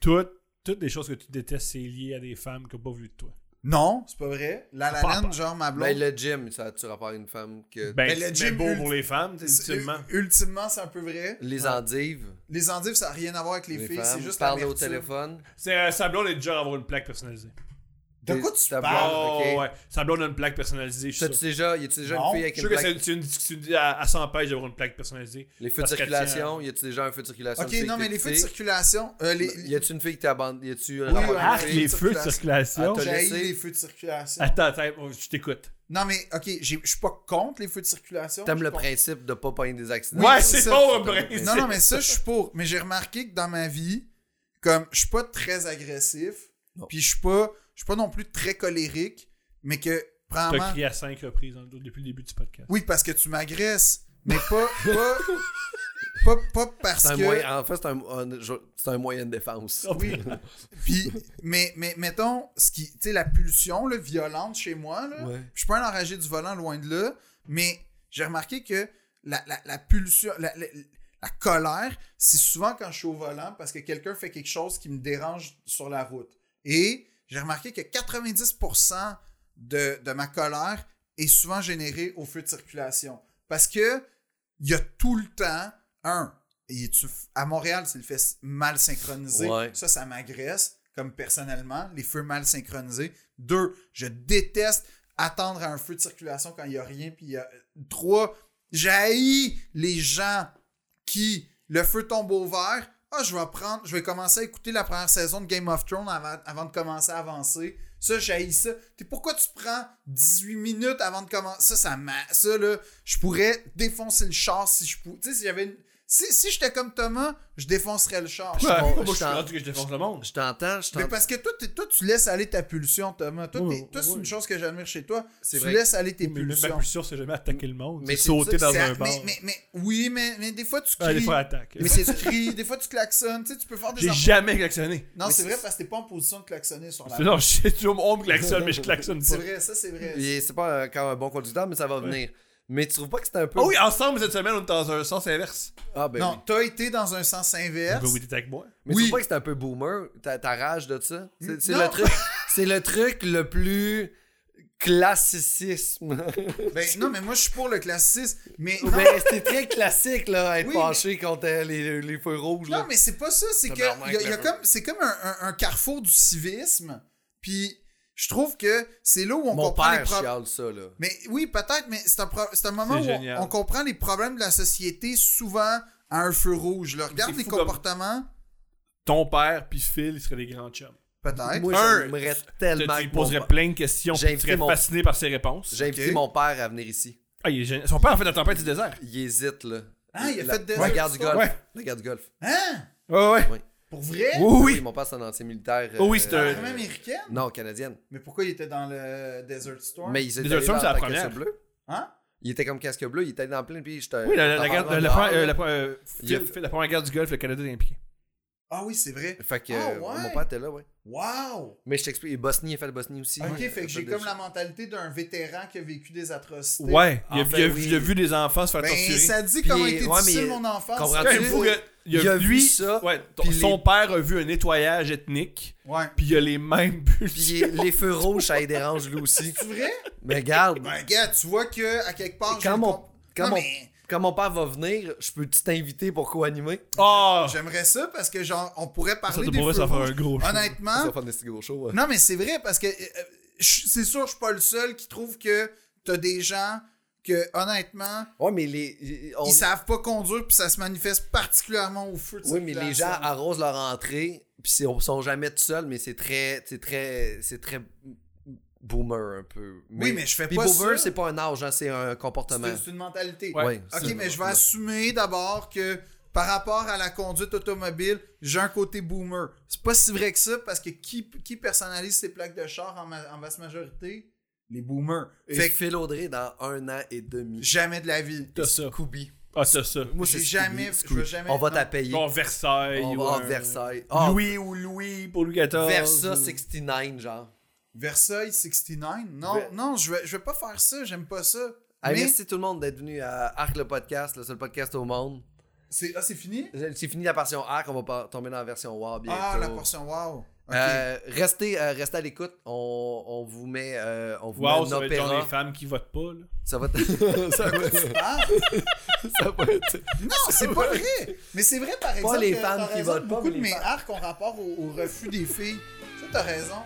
S2: Toutes, toutes les choses que tu détestes, c'est lié à des femmes qui n'ont pas voulu de toi.
S1: Non, c'est pas vrai. La La
S2: Pas-
S1: Land, genre, ma blonde...
S3: Ah, Ben, le gym, ça tu rapport à une femme que.
S2: Ben,
S1: Mais le
S2: c'est
S1: gym
S2: beau
S1: ulti-
S2: pour les femmes, tu sais,
S1: c'est-
S2: ultimement.
S1: ultimement, c'est un peu vrai.
S3: les endives.
S1: Les endives, ça n'a rien à voir avec les,
S3: Les,
S1: filles, c'est
S3: femmes.
S1: juste
S3: Parler au
S1: l'amertume.
S3: téléphone.
S2: C'est euh, sa blonde est déjà à avoir une plaque personnalisée.
S1: De quoi
S3: Des-
S1: tu
S3: ta
S1: parles?
S2: oh,
S3: ok.
S2: ouais. Sa blonde a une plaque personnalisée, je suis
S3: T'as-tu
S2: sûr.
S3: déjà, y a-tu déjà
S1: Non,
S3: une fille
S2: Je
S3: avec
S2: suis sûr que
S3: une plaque?
S2: c'est c'est une discussion à, à 100 pages d'avoir une plaque personnalisée.
S3: Les feux de
S2: Parce qu'elle
S3: circulation, y a-tu déjà un feu de circulation?
S1: Ok,
S3: une fille
S1: non,
S3: qui
S1: mais
S3: t'a
S1: les feux de
S3: quitté?
S1: circulation... euh, les...
S3: Bah, Y a-tu une fille qui t'a abandonné? Y a-tu. un
S1: Oui,
S3: rapport
S1: ouais.
S2: Arc,
S3: avec une
S1: Ah, Arc,
S3: fille?
S1: les
S2: les
S1: feux
S2: feux
S1: de
S2: de circulation.
S3: Attends,
S1: J'ai
S3: laissé.
S1: les feux de circulation.
S2: Attends, attends, je t'écoute.
S1: Non, mais OK, j'ai- je suis pas contre les feux de circulation.
S3: T'aimes
S1: Je
S3: le
S1: suis pas-
S3: principe de pas pogner des accidents.
S2: Ah, Ouais,
S3: Ça,
S2: c'est
S3: ça,
S2: bon,
S3: t'aimes le
S2: Brice.
S1: Non, non, mais ça, je suis pour. Mais j'ai remarqué que dans ma vie, comme je suis pas très agressif,
S3: Non.
S1: puis je suis pas, je suis pas non plus très colérique, mais que,
S2: T'as
S1: premièrement,
S2: crié à 5 reprises dans le dos depuis le début du podcast.
S1: oui, parce que tu m'agresses, mais pas, pas, pas, pas parce
S3: C'est un
S1: que.
S3: moyen- En fait, c'est un, un- je- c'est un moyen de défense.
S2: Ah
S1: Oui. Puis, mais, mais mettons, ce qui, tu sais, la pulsion là, violente chez moi, là,
S3: Ouais.
S1: je suis pas un enragé du volant loin de là, mais j'ai remarqué que la, la, la pulsion, la, la- la colère, c'est souvent quand je suis au volant parce que quelqu'un fait quelque chose qui me dérange sur la route. Et j'ai remarqué que 90% de, de ma colère est souvent générée au feu de circulation. Parce que il y a tout le temps un. il est-tu f- à Montréal, c'est le fait s- mal synchronisé.
S3: Ouais.
S1: Ça, ça m'agresse, comme personnellement, les feux mal synchronisés. Deux, je déteste attendre à un feu de circulation quand il n'y a rien. Puis il y a... euh, Trois, j'haïs les gens qui, le feu tombe au vert, ah, je vais prendre, je vais commencer à écouter la première saison de Game of Thrones avant, avant de commencer à avancer. Ça, j'haïs ça. Puis pourquoi tu prends 18 minutes avant de commencer? Ça, ça m'a. Ça, là, je pourrais défoncer le char si je pouvais. Tu sais, si j'avais une- Si, si j'étais comme Thomas, je défoncerais le char.
S2: Ouais, moi,
S3: bon,
S2: je
S3: je
S2: suis
S3: t'en-
S2: rendu que je défonce le monde.
S3: Je t'entends, je
S1: Mais
S3: t'entends.
S1: parce que toi, t'es- toi, tu laisses aller ta pulsion, Thomas. Toi,
S2: Oui,
S1: t'es- toi, c'est
S2: oui.
S1: une chose que j'admire chez toi.
S3: C'est
S1: Tu
S3: vrai.
S1: laisses aller tes
S2: Mais ben, le- Ma
S1: pulsions.
S2: pulsion, c'est jamais attaquer le monde.
S3: Mais
S2: C'est
S3: c'est
S2: sauter
S3: ça,
S2: dans
S1: C'est-
S2: un bar.
S1: mais, mais, mais- oui, mais, mais des fois, tu
S2: Ah, des
S1: cries.
S2: fois, attaque.
S1: mais c'est tu cries, des fois, tu klaxonnes. Tu sais, tu peux faire des
S2: J'ai
S1: enfants-
S2: jamais klaxonné.
S1: Non,
S3: Mais
S1: c'est
S3: c'est-
S1: vrai parce que t'es pas en position de klaxonner sur la
S2: C'est genre, je sais, tu vois, on me klaxonne, mais je klaxonne
S1: C'est
S2: pas.
S1: vrai, ça c'est vrai.
S3: Et C'est pas un- quand un bon conducteur, mais ça va venir. Mais tu trouves pas que c'est un peu.
S2: Ah oui, ensemble, cette semaine, on est dans un sens inverse.
S3: Ah, ben
S1: Non,
S3: oui.
S1: t'as été dans un sens inverse.
S2: Ben oui, t'es avec moi.
S3: Mais
S1: Oui.
S3: tu trouves pas que c'est un peu boomer, ta, ta rage de ça? C'est c'est
S1: Non.
S3: le truc. C'est le truc le plus classicisme.
S1: Ben, non, mais moi je suis pour le classicisme. Mais non,
S3: ben, c'était très classique, là, être
S1: Oui,
S3: penché contre euh, les, les feux rouges,
S1: non,
S3: là.
S1: mais c'est pas ça. C'est que
S3: Tabarnak,
S1: y a- y a
S3: le-
S1: comme- c'est comme un, un- un carrefour du civisme. Puis je trouve que c'est là où on
S3: Mon
S1: comprend
S3: père
S1: les problèmes.
S3: chiale ça, là.
S1: Mais oui, peut-être, mais c'est un, pro- c'est un moment
S2: C'est
S1: où
S2: génial.
S1: on, on comprend les problèmes de la société souvent à un feu rouge. là. Regarde
S2: c'est
S1: les
S2: fou comme-
S1: comportements.
S2: Ton père puis Phil, ils seraient des grands chums.
S1: Peut-être.
S3: Moi,
S2: Un,
S3: j'aimerais
S2: Tu
S3: tellement.
S2: lui
S3: que mon
S2: poserais
S3: père-
S2: plein de questions,
S3: J'ai
S2: puis tu serais
S3: invité mon-
S2: fasciné par ses réponses.
S3: J'ai invité
S1: Ok.
S3: mon père à venir ici.
S2: Ah, il est génial. Son père a fait la tempête du désert.
S3: Il hésite, là.
S1: Ah, il a
S3: La-
S1: fait des-
S3: La guerre du golf.
S2: Ouais.
S3: La guerre du golf.
S1: Hein?
S2: Ouais, ouais.
S1: Pour vrai?
S2: Oui, oui.
S3: Mon père, c'est un ancien militaire. euh,
S2: Oh oui, c'est
S1: L'armée
S2: un-
S1: américaine?
S3: Non, canadienne.
S1: Mais pourquoi il était dans le Desert Storm?
S3: Mais ils étaient
S2: Desert
S3: allés
S2: Storm,
S3: dans
S2: c'est la
S3: ta
S2: première.
S3: casque bleu.
S1: Hein?
S3: Il était comme casque bleu, il était dans plein puis j'étais.
S2: Oui, la, la,
S3: t'en
S2: guerre- la,
S3: parles
S2: la,
S3: dehors,
S2: première- euh,
S3: là.
S2: la première- euh,
S3: Il a
S2: Phil
S3: fait-
S2: fait la première guerre du Golfe, le Canada est impliqué.
S1: Ah oui, c'est vrai.
S3: Fait que
S1: Ah,
S3: euh,
S1: ouais.
S3: mon père était là, ouais.
S1: Wow!
S3: Mais je t'explique, et Bosnie, il a fait la Bosnie aussi.
S1: Ok,
S3: Ouais,
S1: fait que j'ai comme la mentalité d'un vétéran qui a vécu des atrocités.
S2: Ouais, il a,
S3: Ah,
S2: il
S3: ben
S2: a-
S3: oui.
S2: il a vu des enfants se faire
S1: Ben,
S2: torturer.
S1: ça dit
S3: Puis,
S1: comment était
S3: ouais,
S1: difficile
S3: mais-
S1: mon enfance.
S3: comprends-tu?
S2: Ouais,
S3: tu-
S2: il faut que- il a,
S3: il a
S2: lui,
S3: vu ça,
S2: ouais, ton-
S3: puis
S2: son
S3: les-
S2: père a vu un nettoyage ethnique,
S1: Ouais.
S2: puis il a les mêmes bulles.
S3: Puis il- les feux rouges, ça les dérange lui aussi.
S1: C'est vrai?
S3: Mais regarde,
S1: Ben, gars, tu vois que à quelque part. je
S3: quand
S1: le
S3: mon,
S1: comp-
S3: quand,
S1: Non,
S3: mon,
S1: mais
S3: quand mon père va venir, je peux-tu t'inviter pour co-animer?
S2: Ah!
S1: J'aimerais ça parce que, genre, on pourrait
S2: Ça,
S1: parler
S2: te
S1: des
S2: pourrait,
S1: feux
S2: ça faire
S1: rouges.
S2: un gros show.
S3: Ça
S1: Honnêtement,
S3: va faire des gros shows. hein. ouais.
S1: non, mais c'est vrai parce que euh, je- c'est sûr, je suis pas le seul qui trouve que t'as des gens que, honnêtement,
S3: Ouais, mais les. on-
S1: ils savent pas conduire puis ça se manifeste particulièrement au feu de
S3: Oui, mais les gens
S1: circulation.
S3: arrosent leur entrée, puis c'est- on sont jamais tout seuls, mais c'est très, c'est très, c'est très boomer un peu.
S1: Oui, mais je fais
S3: Puis
S1: pas ça.
S3: boomer, c'est pas un âge, hein, c'est un comportement.
S1: C'est c'est une mentalité.
S3: Ouais. Ouais,
S1: ok,
S3: c'est-
S1: mais je vais
S3: ouais.
S1: assumer d'abord que par rapport à la conduite automobile, j'ai un côté boomer. C'est pas si vrai que ça parce que qui, qui personnalise ses plaques de char en, ma- en vaste majorité Les boomers.
S3: Et
S1: Fait que
S3: Phil Audrey dans un an et demi.
S1: jamais de la vie.
S2: T'as ça.
S3: Scooby.
S2: Ah, t'as ça.
S3: Moi,
S1: J'ai
S3: c'est
S1: jamais-
S3: Scooby,
S1: je veux
S3: Scooby.
S1: jamais-
S3: On va
S1: non.
S3: t'appeler.
S2: Genre Versailles.
S3: On
S2: ou
S3: va à
S2: un-
S3: Versailles. Ah,
S2: Louis ou Louis pour Louis XIV.
S3: Versa
S2: ou-
S3: 69, genre.
S1: Versailles 69 Non,
S3: Ver-
S1: non, je vais, je vais pas faire ça. J'aime pas ça.
S3: Hey,
S1: Mais-
S3: Merci tout le monde d'être venu à Arc le podcast, le seul podcast au monde.
S1: C'est, ah, c'est fini?
S3: C'est fini la portion Arc, on va pas tomber dans la version War bientôt.
S1: Ah, la portion wow. Ok.
S3: Euh, restez, euh, restez à l'écoute. On, on vous met, euh, on vous
S2: Wow,
S3: met un
S2: ça va être genre
S3: opéra.
S2: des femmes qui votent pas, là.
S3: Ça va être- ça va être-
S1: Ah,
S3: ça va être-
S1: non, c'est pas vrai! Mais c'est vrai, par exemple,
S3: les
S1: que
S3: femmes
S1: t'as
S3: qui
S1: raison,
S3: votent pas,
S1: beaucoup
S3: mais
S1: de
S3: les
S1: mes
S3: femmes.
S1: arcs ont rapport au, au refus des filles. Ça, t'as raison.